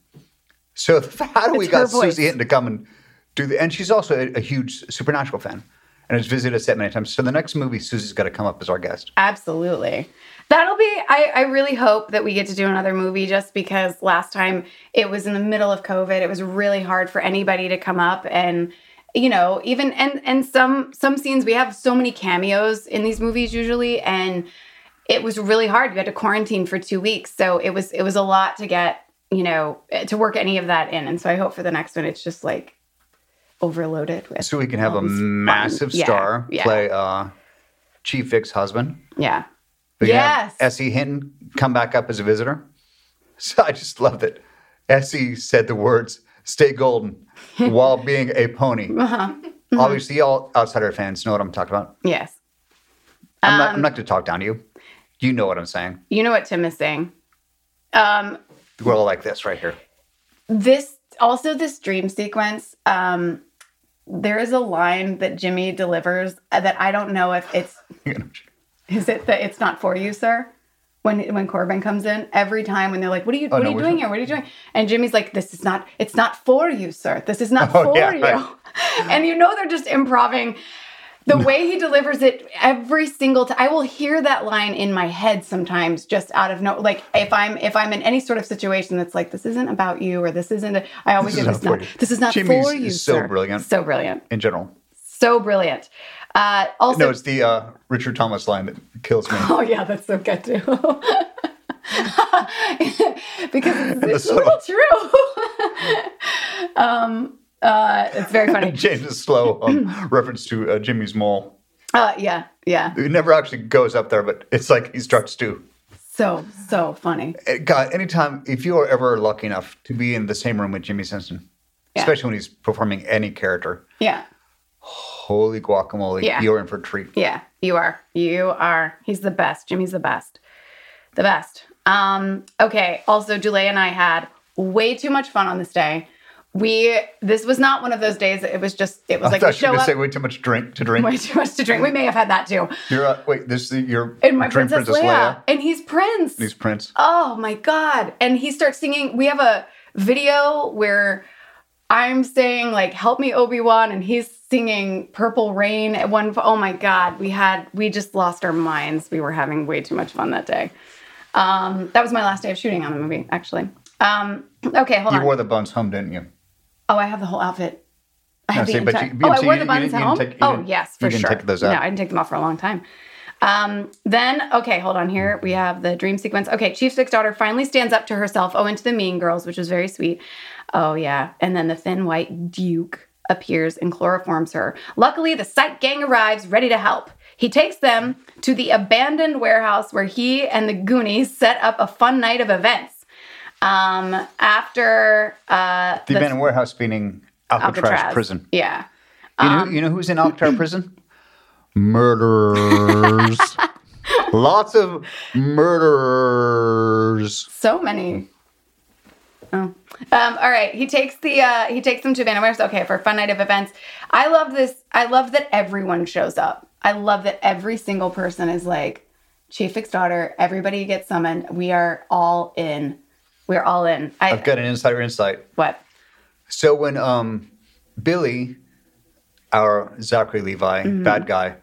[SPEAKER 2] So how do we
[SPEAKER 1] It's her
[SPEAKER 2] got
[SPEAKER 1] voice.
[SPEAKER 2] Susie Hinton to come and do the? And she's also a, a huge Supernatural fan, and has visited us that many times. So the next movie, Susie's got to come up as our guest.
[SPEAKER 1] Absolutely. That'll be, I, I really hope that we get to do another movie just because last time it was in the middle of COVID. It was really hard for anybody to come up and, you know, even, and, and some, some scenes we have so many cameos in these movies usually. And it was really hard. You had to quarantine for two weeks. So it was, it was a lot to get, you know, to work any of that in. And so I hope for the next one, it's just like overloaded with,
[SPEAKER 2] So we can have
[SPEAKER 1] all
[SPEAKER 2] a
[SPEAKER 1] these fun-
[SPEAKER 2] massive
[SPEAKER 1] Yeah,
[SPEAKER 2] star
[SPEAKER 1] yeah.
[SPEAKER 2] play uh, Chief Vick's husband.
[SPEAKER 1] yeah.
[SPEAKER 2] We can have
[SPEAKER 1] Yes.
[SPEAKER 2] Essie Hinton come back up as a visitor. So I just love that Essie said the words "Stay Golden" while being a pony. Obviously, all outsider fans know what I'm talking about.
[SPEAKER 1] Uh-huh. Yes.
[SPEAKER 2] I'm not, I'm not going to talk down to you. You know what I'm saying.
[SPEAKER 1] You know what Tim is saying. Um,
[SPEAKER 2] We're all like this right here.
[SPEAKER 1] this also this dream sequence um there is a line that jimmy delivers that i don't know if it's is it that it's not for you sir when when corbin comes in every time when they're like what are you what
[SPEAKER 2] Oh, no, Mm.
[SPEAKER 1] are you
[SPEAKER 2] which
[SPEAKER 1] doing
[SPEAKER 2] one?
[SPEAKER 1] here what are you doing and jimmy's like this is not it's not for you sir this is not
[SPEAKER 2] Oh,
[SPEAKER 1] for
[SPEAKER 2] yeah,
[SPEAKER 1] you
[SPEAKER 2] right.
[SPEAKER 1] and you know they're just improving the way he delivers it every single time i will hear that line in my head sometimes just out of no like if i'm if i'm in any sort of situation that's like this isn't about you or this isn't a, i always
[SPEAKER 2] This
[SPEAKER 1] do
[SPEAKER 2] is
[SPEAKER 1] this
[SPEAKER 2] not for
[SPEAKER 1] not
[SPEAKER 2] you."
[SPEAKER 1] this is not
[SPEAKER 2] Jimmy's
[SPEAKER 1] for you
[SPEAKER 2] is so
[SPEAKER 1] sir."
[SPEAKER 2] brilliant.
[SPEAKER 1] so brilliant
[SPEAKER 2] In general,
[SPEAKER 1] so brilliant uh also
[SPEAKER 2] no, it's the uh, Richard Thomas line that kills me.
[SPEAKER 1] oh yeah that's so good too because it's, it's a
[SPEAKER 2] sort
[SPEAKER 1] little
[SPEAKER 2] of-
[SPEAKER 1] true um uh it's very funny
[SPEAKER 2] James' slow um, reference to uh, Jimmy's mole.
[SPEAKER 1] uh yeah yeah
[SPEAKER 2] It never actually goes up there, but it's like he starts to.
[SPEAKER 1] so so funny
[SPEAKER 2] God, Eh, anytime if you are ever lucky enough to be in the same room with Jimmy Simpson,
[SPEAKER 1] Yeah.
[SPEAKER 2] especially when he's performing any character,
[SPEAKER 1] yeah
[SPEAKER 2] holy guacamole,
[SPEAKER 1] Yeah.
[SPEAKER 2] you're in for a treat.
[SPEAKER 1] Yeah, you are. You are. He's the best. Jimmy's the best. The best. Um, okay. Also, Dulé and I had way too much fun on this day. We this was not one of those days. that It was just it was
[SPEAKER 2] I
[SPEAKER 1] like
[SPEAKER 2] thought
[SPEAKER 1] we
[SPEAKER 2] you were
[SPEAKER 1] show
[SPEAKER 2] going to
[SPEAKER 1] up
[SPEAKER 2] say way too much drink to drink.
[SPEAKER 1] way too much to drink. We may have had that too.
[SPEAKER 2] You're uh, wait, this is your
[SPEAKER 1] And my
[SPEAKER 2] drink
[SPEAKER 1] Princess, Leia. and he's Prince.
[SPEAKER 2] He's Prince.
[SPEAKER 1] Oh my God. And he starts singing. We have a video where I'm saying, like, help me, Obi Wan, and he's singing Purple Rain at one. Oh my God. We had, we just lost our minds. We were having way too much fun that day. Um, that was my last day of shooting on the movie, actually. Um, okay, hold
[SPEAKER 2] You
[SPEAKER 1] on.
[SPEAKER 2] wore the buns home, didn't you?
[SPEAKER 1] oh, I have the whole outfit. I
[SPEAKER 2] No,
[SPEAKER 1] have the
[SPEAKER 2] see, but
[SPEAKER 1] entire.
[SPEAKER 2] you-
[SPEAKER 1] oh, I
[SPEAKER 2] so
[SPEAKER 1] wore
[SPEAKER 2] you-
[SPEAKER 1] the
[SPEAKER 2] you
[SPEAKER 1] buns
[SPEAKER 2] didn't- you
[SPEAKER 1] home.
[SPEAKER 2] didn't take- you
[SPEAKER 1] oh,
[SPEAKER 2] didn't-
[SPEAKER 1] yes, for
[SPEAKER 2] you didn't
[SPEAKER 1] sure.
[SPEAKER 2] take those out.
[SPEAKER 1] No, I didn't take them off for a long time. Um, then, okay, hold on here. We have the dream sequence. Okay, Chief Six daughter finally stands up to herself, owing to the mean girls, which was very sweet. Oh, yeah. And then the thin white Duke appears and chloroforms her. Luckily, the psych gang arrives ready to help. He takes them to the abandoned warehouse where he and the Goonies set up a fun night of events. Um, after uh,
[SPEAKER 2] The abandoned warehouse meaning Alcatraz, prison.
[SPEAKER 1] Yeah.
[SPEAKER 2] You
[SPEAKER 1] Um,
[SPEAKER 2] know, you know who's in Alcatraz prison? Murderers. Lots of murderers.
[SPEAKER 1] So many.
[SPEAKER 2] Hmm.
[SPEAKER 1] Oh. Um, all right. He takes the uh, he takes them to Van Warehouse. Okay, for a fun night of events. I love this. I love that everyone shows up. I love that every single person is like Chief Vic's daughter. Everybody gets summoned. We are all in. We're all in. I
[SPEAKER 2] I've got an insider insight.
[SPEAKER 1] what?
[SPEAKER 2] So when um, Billy, our Zachary Levi bad guy,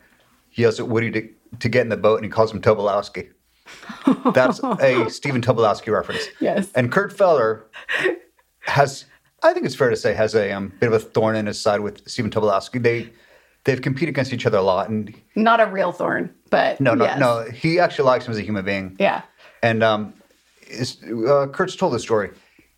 [SPEAKER 2] yells at Woody to, to get in the boat and he calls him Tobolowski. That's a Stephen Tobolowski reference.
[SPEAKER 1] Yes.
[SPEAKER 2] And Kurt Feller has, I think it's fair to say, has a um, bit of a thorn in his side with Stephen Tobolowski. They they've competed against each other a lot, and
[SPEAKER 1] Not a real thorn, but
[SPEAKER 2] no, no,
[SPEAKER 1] yes.
[SPEAKER 2] no, he actually likes him as a human being.
[SPEAKER 1] Yeah.
[SPEAKER 2] And um, is, uh, Kurtz told the story.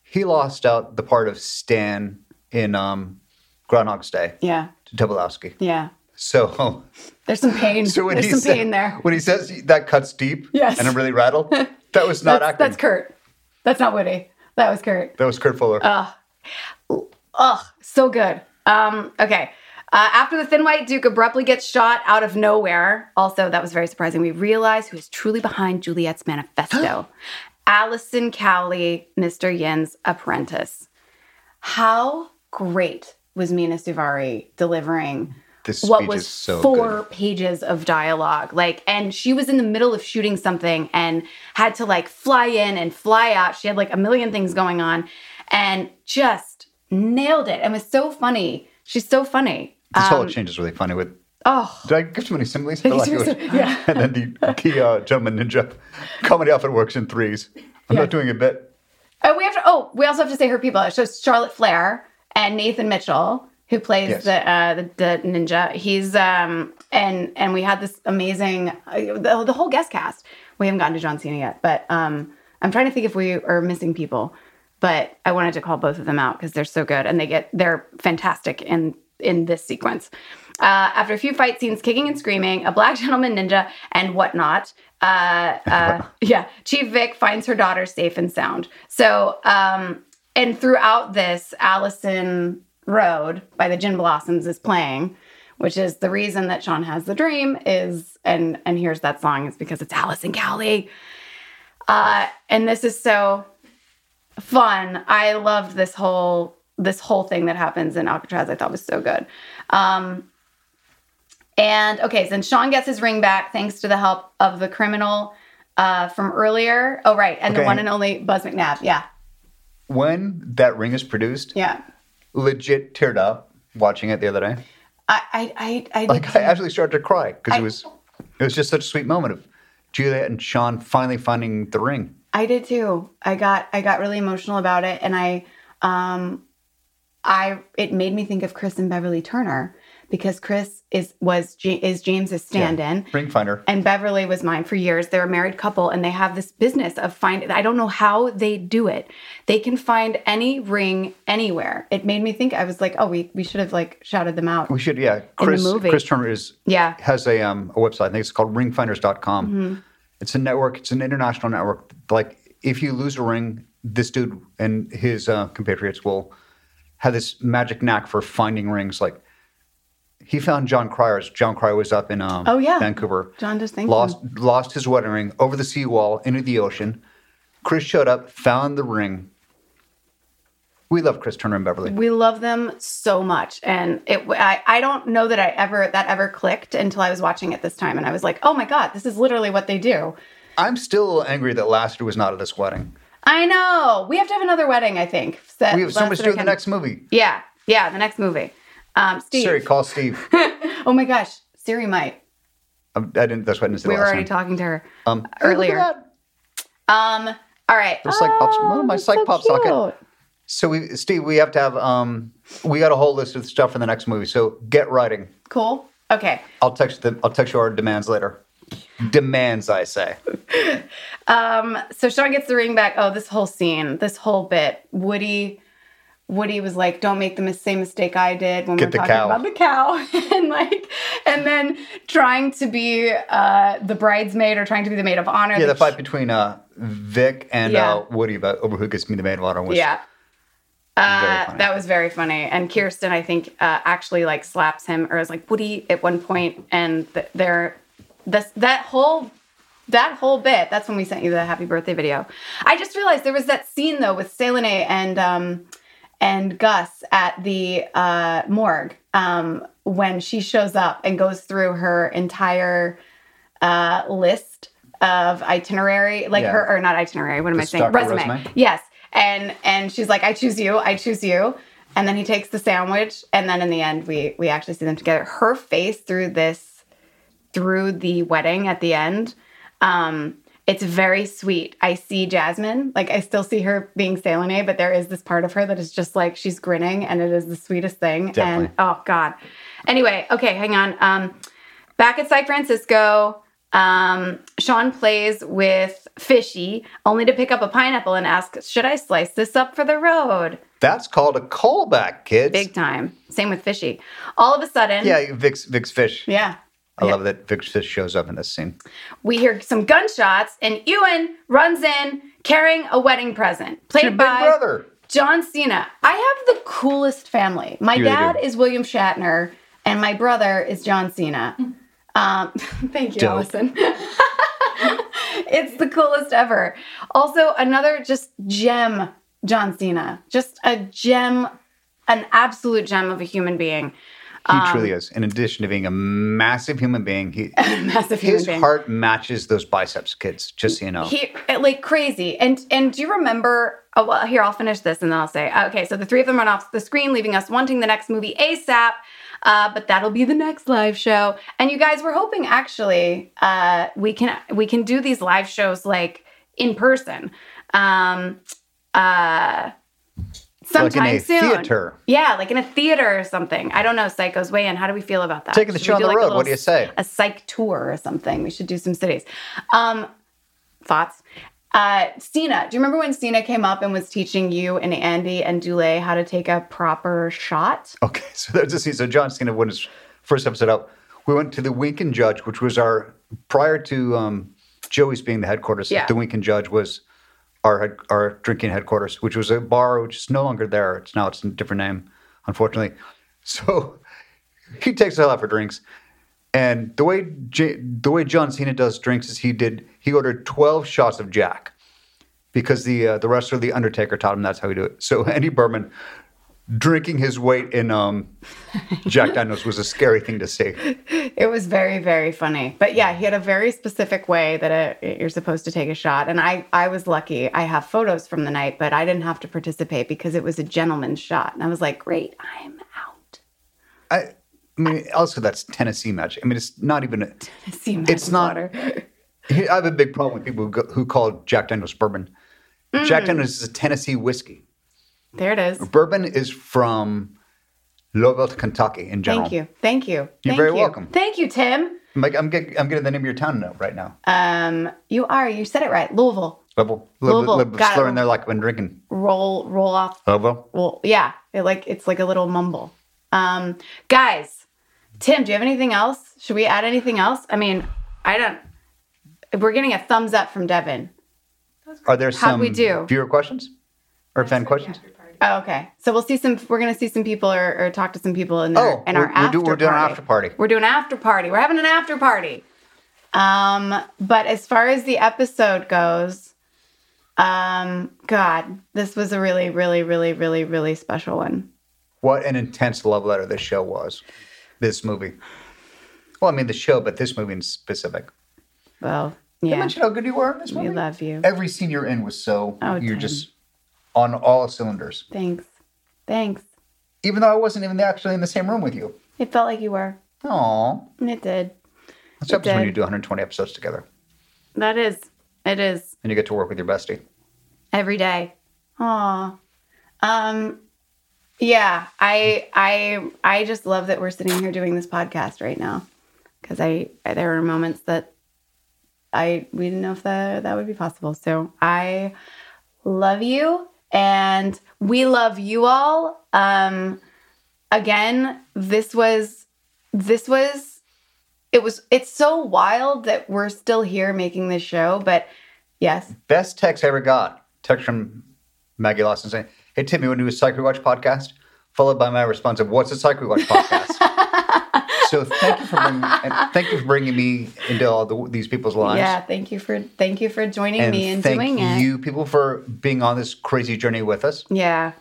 [SPEAKER 2] He lost out the part of Stan in um, Groundhog's Day
[SPEAKER 1] Yeah.
[SPEAKER 2] to Tobolowski.
[SPEAKER 1] Yeah.
[SPEAKER 2] So,
[SPEAKER 1] There's some pain.
[SPEAKER 2] so when
[SPEAKER 1] There's
[SPEAKER 2] he
[SPEAKER 1] some
[SPEAKER 2] said-
[SPEAKER 1] pain there.
[SPEAKER 2] when he says that cuts deep,
[SPEAKER 1] Yes.
[SPEAKER 2] and I'm really rattled, that was not
[SPEAKER 1] That's,
[SPEAKER 2] acting.
[SPEAKER 1] that's Kurt. That's not Woody. That was Kurt.
[SPEAKER 2] That was Kurt Fuller.
[SPEAKER 1] Uh, Ugh, so good. Um, okay. Uh, after the Thin White Duke abruptly gets shot out of nowhere, also, that was very surprising. We realize who is truly behind Juliet's manifesto Allison Cowley, Mr. Yin's apprentice. How great was Mina Suvari delivering
[SPEAKER 2] this
[SPEAKER 1] what
[SPEAKER 2] speech
[SPEAKER 1] was
[SPEAKER 2] is so
[SPEAKER 1] four
[SPEAKER 2] good.
[SPEAKER 1] pages of dialogue. Like, and she was in the middle of shooting something and had to like fly in and fly out. She had like a million things going on and just nailed it and was so funny. She's so funny.
[SPEAKER 2] This whole
[SPEAKER 1] Um,
[SPEAKER 2] exchange is really funny. With
[SPEAKER 1] oh,
[SPEAKER 2] did I give too many similes? I like it was-
[SPEAKER 1] yeah.
[SPEAKER 2] and then the, the uh, gentleman ninja comedy outfit works in threes. I'm
[SPEAKER 1] Yeah.
[SPEAKER 2] not doing a bit.
[SPEAKER 1] Oh, we have to. Oh, we also have to say her people. So Charlotte Flair and Nathan Mitchell, who plays
[SPEAKER 2] Yes.
[SPEAKER 1] the, uh, the the ninja. He's um and and we had this amazing uh, the, the whole guest cast. We haven't gotten to John Cena yet, but um I'm trying to think if we are missing people. But I wanted to call both of them out because they're so good and they get they're fantastic in in this sequence. Uh, after a few fight scenes, kicking and screaming, a black gentleman ninja and whatnot, uh, uh, yeah, Chief Vic finds her daughter safe and sound. So, um, and throughout this, Allison Road by the Gin Blossoms is playing, which is the reason that Sean has the dream is, and and here's that song is because it's Allison Cowley. Uh, and this is so fun. I loved this whole this whole thing that happens in Alcatraz. I thought was so good. Um, and okay, so Sean gets his ring back thanks to the help of the criminal uh, from earlier. Oh, right, and the
[SPEAKER 2] Okay.
[SPEAKER 1] one and only Buzz McNabb. Yeah,
[SPEAKER 2] When that ring is produced,
[SPEAKER 1] yeah.
[SPEAKER 2] legit teared up watching it the other day.
[SPEAKER 1] I I I, I did
[SPEAKER 2] Like I actually started to cry because
[SPEAKER 1] Mm-hmm. I-
[SPEAKER 2] it was it was just such a sweet moment of Juliet and Sean finally finding the ring.
[SPEAKER 1] I did too. I got I got really emotional about it and I um I it made me think of Chris and Beverly Turner because Chris is was Ja- is James's stand-in
[SPEAKER 2] Ring finder.
[SPEAKER 1] and Beverly was mine for years. They're a married couple and they have this business of find I don't know how they do it. They can find any ring anywhere. It made me think I was like, "Oh, we we should have like shouted them out."
[SPEAKER 2] We should, yeah. Chris
[SPEAKER 1] movie.
[SPEAKER 2] Chris Turner is
[SPEAKER 1] Yeah.
[SPEAKER 2] has a um a website. I think it's called ringfinders.com.
[SPEAKER 1] Mm-hmm.
[SPEAKER 2] It's a network, it's an international network. Like if you lose a ring, this dude and his uh, compatriots will have this magic knack for finding rings. Like he found John Cryer's. John Cryer was up in um,
[SPEAKER 1] Oh, yeah.
[SPEAKER 2] Vancouver.
[SPEAKER 1] John just thanked
[SPEAKER 2] lost lost his wedding ring over the seawall into the ocean. Chris showed up, found the ring. We love Chris Turner and Beverly.
[SPEAKER 1] We love them so much, and it. I, I don't know that I ever that ever clicked until I was watching it this time, and I was like, oh my god, this is literally what they do.
[SPEAKER 2] I'm still angry that Lasseter was not at this wedding.
[SPEAKER 1] I know. We have to have another wedding. I think. Set-
[SPEAKER 2] We have so much
[SPEAKER 1] Lester
[SPEAKER 2] to do in the
[SPEAKER 1] Ken-
[SPEAKER 2] next movie.
[SPEAKER 1] Yeah, yeah, the next movie. Um, Steve.
[SPEAKER 2] Siri, call Steve.
[SPEAKER 1] Oh my gosh, Siri might.
[SPEAKER 2] Um, I didn't. That's what I didn't say.
[SPEAKER 1] We
[SPEAKER 2] the
[SPEAKER 1] were
[SPEAKER 2] last
[SPEAKER 1] already
[SPEAKER 2] time.
[SPEAKER 1] talking to her
[SPEAKER 2] Um,
[SPEAKER 1] earlier. Um. All right. Um,
[SPEAKER 2] It's like pops- one of my
[SPEAKER 1] that's
[SPEAKER 2] psych pop socket.
[SPEAKER 1] cute.
[SPEAKER 2] So we, Steve, we have to have. Um, we got a whole list of stuff for the next movie. So get writing.
[SPEAKER 1] Cool. Okay.
[SPEAKER 2] I'll text them. I'll text you our demands later. Demands, I say.
[SPEAKER 1] Um, so Sean gets the ring back. Oh, this whole scene, this whole bit. Woody Woody was like, "Don't make the mis- same mistake I did when we
[SPEAKER 2] Get
[SPEAKER 1] we're
[SPEAKER 2] the
[SPEAKER 1] talking
[SPEAKER 2] cow.
[SPEAKER 1] about the cow," and like, and then trying to be uh, the bridesmaid or trying to be the maid of honor.
[SPEAKER 2] Yeah, the
[SPEAKER 1] that
[SPEAKER 2] fight between uh, Vic and
[SPEAKER 1] Yeah.
[SPEAKER 2] uh, Woody about over who gets me the maid of honor was
[SPEAKER 1] yeah.
[SPEAKER 2] very
[SPEAKER 1] Uh,
[SPEAKER 2] funny.
[SPEAKER 1] that was very funny. And Kirsten, I think, uh, actually like slaps him or is like Woody at one point, and th- they're this that whole that whole bit. That's when we sent you the happy birthday video. I just realized there was that scene though with Selene and um, and Gus at the uh, morgue um, when she shows up and goes through her entire uh, list of itinerary, like
[SPEAKER 2] Yeah.
[SPEAKER 1] her or not itinerary. What am
[SPEAKER 2] The
[SPEAKER 1] I saying?
[SPEAKER 2] stalker
[SPEAKER 1] Resume.
[SPEAKER 2] resume?
[SPEAKER 1] Yes. And and she's like, I choose you, I choose you. And then he takes the sandwich, and then in the end, we we actually see them together. Her face through this, through the wedding at the end, um, it's very sweet. I see Jasmine, like I still see her being Salene, but there is this part of her that is just like she's grinning, and it is the sweetest thing.
[SPEAKER 2] Definitely.
[SPEAKER 1] And oh god. Anyway, okay, hang on. Um, back at San Francisco, um, Sean plays with Fishy, only to pick up a pineapple and ask, "Should I slice this up for the road?"
[SPEAKER 2] That's called a callback, kids.
[SPEAKER 1] Big time. Same with Fishy. All of a sudden,
[SPEAKER 2] yeah, Vic's Vic's fish.
[SPEAKER 1] yeah.
[SPEAKER 2] I love that Vic's fish shows up in this scene.
[SPEAKER 1] We hear some gunshots, and Ewan runs in carrying a wedding present, played
[SPEAKER 2] Your big
[SPEAKER 1] by
[SPEAKER 2] brother.
[SPEAKER 1] John Cena. I have the coolest family. My
[SPEAKER 2] You really
[SPEAKER 1] dad
[SPEAKER 2] do.
[SPEAKER 1] is William Shatner, and my brother is John Cena. Um, thank you,
[SPEAKER 2] Dope.
[SPEAKER 1] Allison. it's the coolest ever. Also, another just gem, John Cena. Just a gem, an absolute gem of a human being.
[SPEAKER 2] He
[SPEAKER 1] Um,
[SPEAKER 2] truly is. In addition to being a massive human being, he
[SPEAKER 1] Massive human
[SPEAKER 2] his
[SPEAKER 1] being.
[SPEAKER 2] heart matches those biceps, kids. Just so you know.
[SPEAKER 1] He eh, like crazy. And and do you remember? Oh, well, here I'll finish this and then I'll say. Okay, so the three of them run off the screen, leaving us wanting the next movie ASAP. Uh, but that'll be the next live show. And you guys, we're hoping actually uh, we can we can do these live shows like in person. Um, uh,
[SPEAKER 2] like
[SPEAKER 1] sometime
[SPEAKER 2] in a
[SPEAKER 1] soon.
[SPEAKER 2] theater.
[SPEAKER 1] Yeah, like in a theater or something. I don't know. Psycho's way in. How do we feel about that?
[SPEAKER 2] Taking the
[SPEAKER 1] Should we
[SPEAKER 2] show on the
[SPEAKER 1] do, like, a
[SPEAKER 2] road.
[SPEAKER 1] little
[SPEAKER 2] What do you say?
[SPEAKER 1] a psych tour or something. We should do some cities. Um, thoughts? Uh, Sina, do you remember when Sina came up and was teaching you and Andy and Dule how to take a proper shot?
[SPEAKER 2] Okay, so there's a scene. So John Cena when his first episode out, we went to the Winkin Judge, which was our prior to um, Joey's being the headquarters.
[SPEAKER 1] Yeah.
[SPEAKER 2] The Winkin Judge was our head, our drinking headquarters, which was a bar which is no longer there. It's now it's a different name, unfortunately. So he takes us out for drinks, and the way J- the way John Cena does drinks is he did he ordered twelve shots of Jack because the uh, the wrestler the Undertaker taught him that's how he do it. So Andy Berman drinking his weight in um, Jack Daniels was a scary thing to see.
[SPEAKER 1] It was very, very funny. But yeah, he had a very specific way that uh you're supposed to take a shot. And I, I was lucky. I have photos from the night, but I didn't have to participate because it was a gentleman's shot. And I was like, great, I'm out.
[SPEAKER 2] I, I mean, also that's Tennessee magic. I mean, it's not even. A,
[SPEAKER 1] See,
[SPEAKER 2] It's not- I have a big problem with people who, go, who call Jack Daniels bourbon.
[SPEAKER 1] Mm.
[SPEAKER 2] Jack Daniels is a Tennessee whiskey.
[SPEAKER 1] There it is.
[SPEAKER 2] Bourbon is from Louisville, Kentucky, in general.
[SPEAKER 1] Thank you. Thank you.
[SPEAKER 2] You're
[SPEAKER 1] Thank
[SPEAKER 2] very
[SPEAKER 1] you.
[SPEAKER 2] welcome.
[SPEAKER 1] Thank you, Tim.
[SPEAKER 2] I'm, like, I'm, getting, I'm getting the name of your town now, right now.
[SPEAKER 1] Um, you are. You said it right. Louisville.
[SPEAKER 2] Louisville. Little,
[SPEAKER 1] Louisville,
[SPEAKER 2] little, little
[SPEAKER 1] got it.
[SPEAKER 2] slur in there like I've been drinking.
[SPEAKER 1] Roll, roll off.
[SPEAKER 2] Louisville.
[SPEAKER 1] Well, yeah. It like it's like a little mumble. Um, guys, Tim, do you have anything else? Should we add anything else? I mean, I don't. We're getting a thumbs up from Devin.
[SPEAKER 2] Are there
[SPEAKER 1] How'd
[SPEAKER 2] some
[SPEAKER 1] we do?
[SPEAKER 2] viewer questions or
[SPEAKER 5] That's
[SPEAKER 2] fan
[SPEAKER 5] like
[SPEAKER 2] questions?
[SPEAKER 5] after party.
[SPEAKER 1] Oh, okay. So we'll see some. We're gonna see some people or, or talk to some people in our,
[SPEAKER 2] Oh,
[SPEAKER 1] in our
[SPEAKER 2] we're- we're
[SPEAKER 1] after
[SPEAKER 2] do- we're doing an
[SPEAKER 1] party.
[SPEAKER 2] after party.
[SPEAKER 1] We're doing an after party. We're having an after party. Um, but as far as the episode goes, um, God, this was a really, really, really, really, really special one.
[SPEAKER 2] What an intense love letter this show was. This movie. Well, I mean the show, but this movie in specific.
[SPEAKER 1] Well,
[SPEAKER 2] I
[SPEAKER 1] yeah,
[SPEAKER 2] mentioned how good you were in this
[SPEAKER 1] we
[SPEAKER 2] movie.
[SPEAKER 1] love you.
[SPEAKER 2] Every scene you're in was so
[SPEAKER 1] Oh,
[SPEAKER 2] you're
[SPEAKER 1] Tim.
[SPEAKER 2] just on all cylinders.
[SPEAKER 1] Thanks, thanks.
[SPEAKER 2] Even though I wasn't even actually in the same room with you.
[SPEAKER 1] It felt like you were,
[SPEAKER 2] Aw.
[SPEAKER 1] and it did.
[SPEAKER 2] That's
[SPEAKER 1] It
[SPEAKER 2] what happens when
[SPEAKER 1] did.
[SPEAKER 2] you do 120 episodes together
[SPEAKER 1] That is, it is.
[SPEAKER 2] and you get to work with your bestie.
[SPEAKER 1] every day. Aw. Um yeah, I I I just love that we're sitting here doing this podcast right now. Cause I there were moments that I we didn't know if that that would be possible. So I love you. and we love you all. Um, again, this was this was it was it's so wild that we're still here making this show, but yes.
[SPEAKER 2] Best text I ever got. Text from Maggie Lawson saying, Hey Tim, you want to do a Psych Rewatch podcast? Followed by my response of What's a Psych Rewatch podcast? so thank you for bringing, and thank you for bringing me into all the, these people's lives.
[SPEAKER 1] Yeah, thank you for thank you for joining
[SPEAKER 2] and
[SPEAKER 1] me and
[SPEAKER 2] thank
[SPEAKER 1] doing it.
[SPEAKER 2] you people for being on this crazy journey with us.
[SPEAKER 1] Yeah.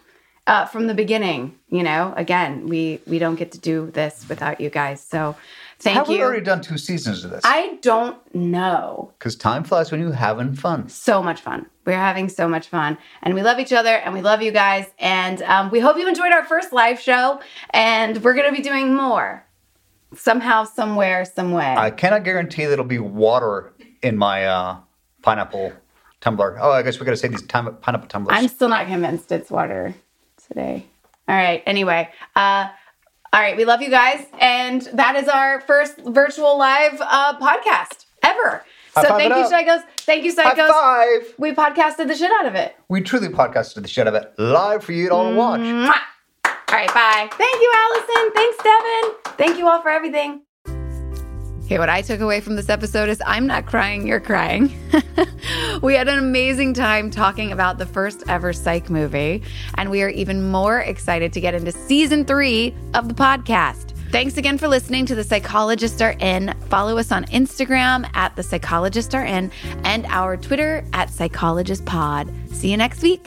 [SPEAKER 1] Uh, from the beginning, you know, again, we we don't get to do this without you guys. So thank
[SPEAKER 2] Have we
[SPEAKER 1] you.
[SPEAKER 2] already done two seasons of this?
[SPEAKER 1] I don't know.
[SPEAKER 2] Because time flies when you're having fun.
[SPEAKER 1] So much fun. We're having so much fun. And we love each other and we love you guys. And um, we hope you enjoyed our first live show. And we're going to be doing more somehow, somewhere, some way.
[SPEAKER 2] I cannot guarantee that it'll be water in my uh, pineapple tumbler. Oh, I guess we got to say these time, pineapple tumblers.
[SPEAKER 1] I'm still not convinced it's water today. All right. Anyway, uh, all right. We love you guys, and that is our first virtual live uh, podcast ever.
[SPEAKER 2] High
[SPEAKER 1] so
[SPEAKER 2] five
[SPEAKER 1] thank
[SPEAKER 2] it
[SPEAKER 1] you,
[SPEAKER 2] up.
[SPEAKER 1] psychos. Thank you,
[SPEAKER 2] High
[SPEAKER 1] psychos.
[SPEAKER 2] five!
[SPEAKER 1] We podcasted the shit out of it.
[SPEAKER 2] We truly podcasted the shit out of it live for you to all watch.
[SPEAKER 1] Mwah. All right. Bye. Thank you, Allison. Thanks, Devin. Thank you all for everything.
[SPEAKER 3] Okay, what I took away from this episode is I'm not crying, you're crying. we had an amazing time talking about the first ever psych movie, and we are even more excited to get into season three of the podcast. Thanks again for listening to The Psychologists Are In. Follow us on Instagram at The Psychologists Are In and our Twitter at Psychologist Pod. See you next week.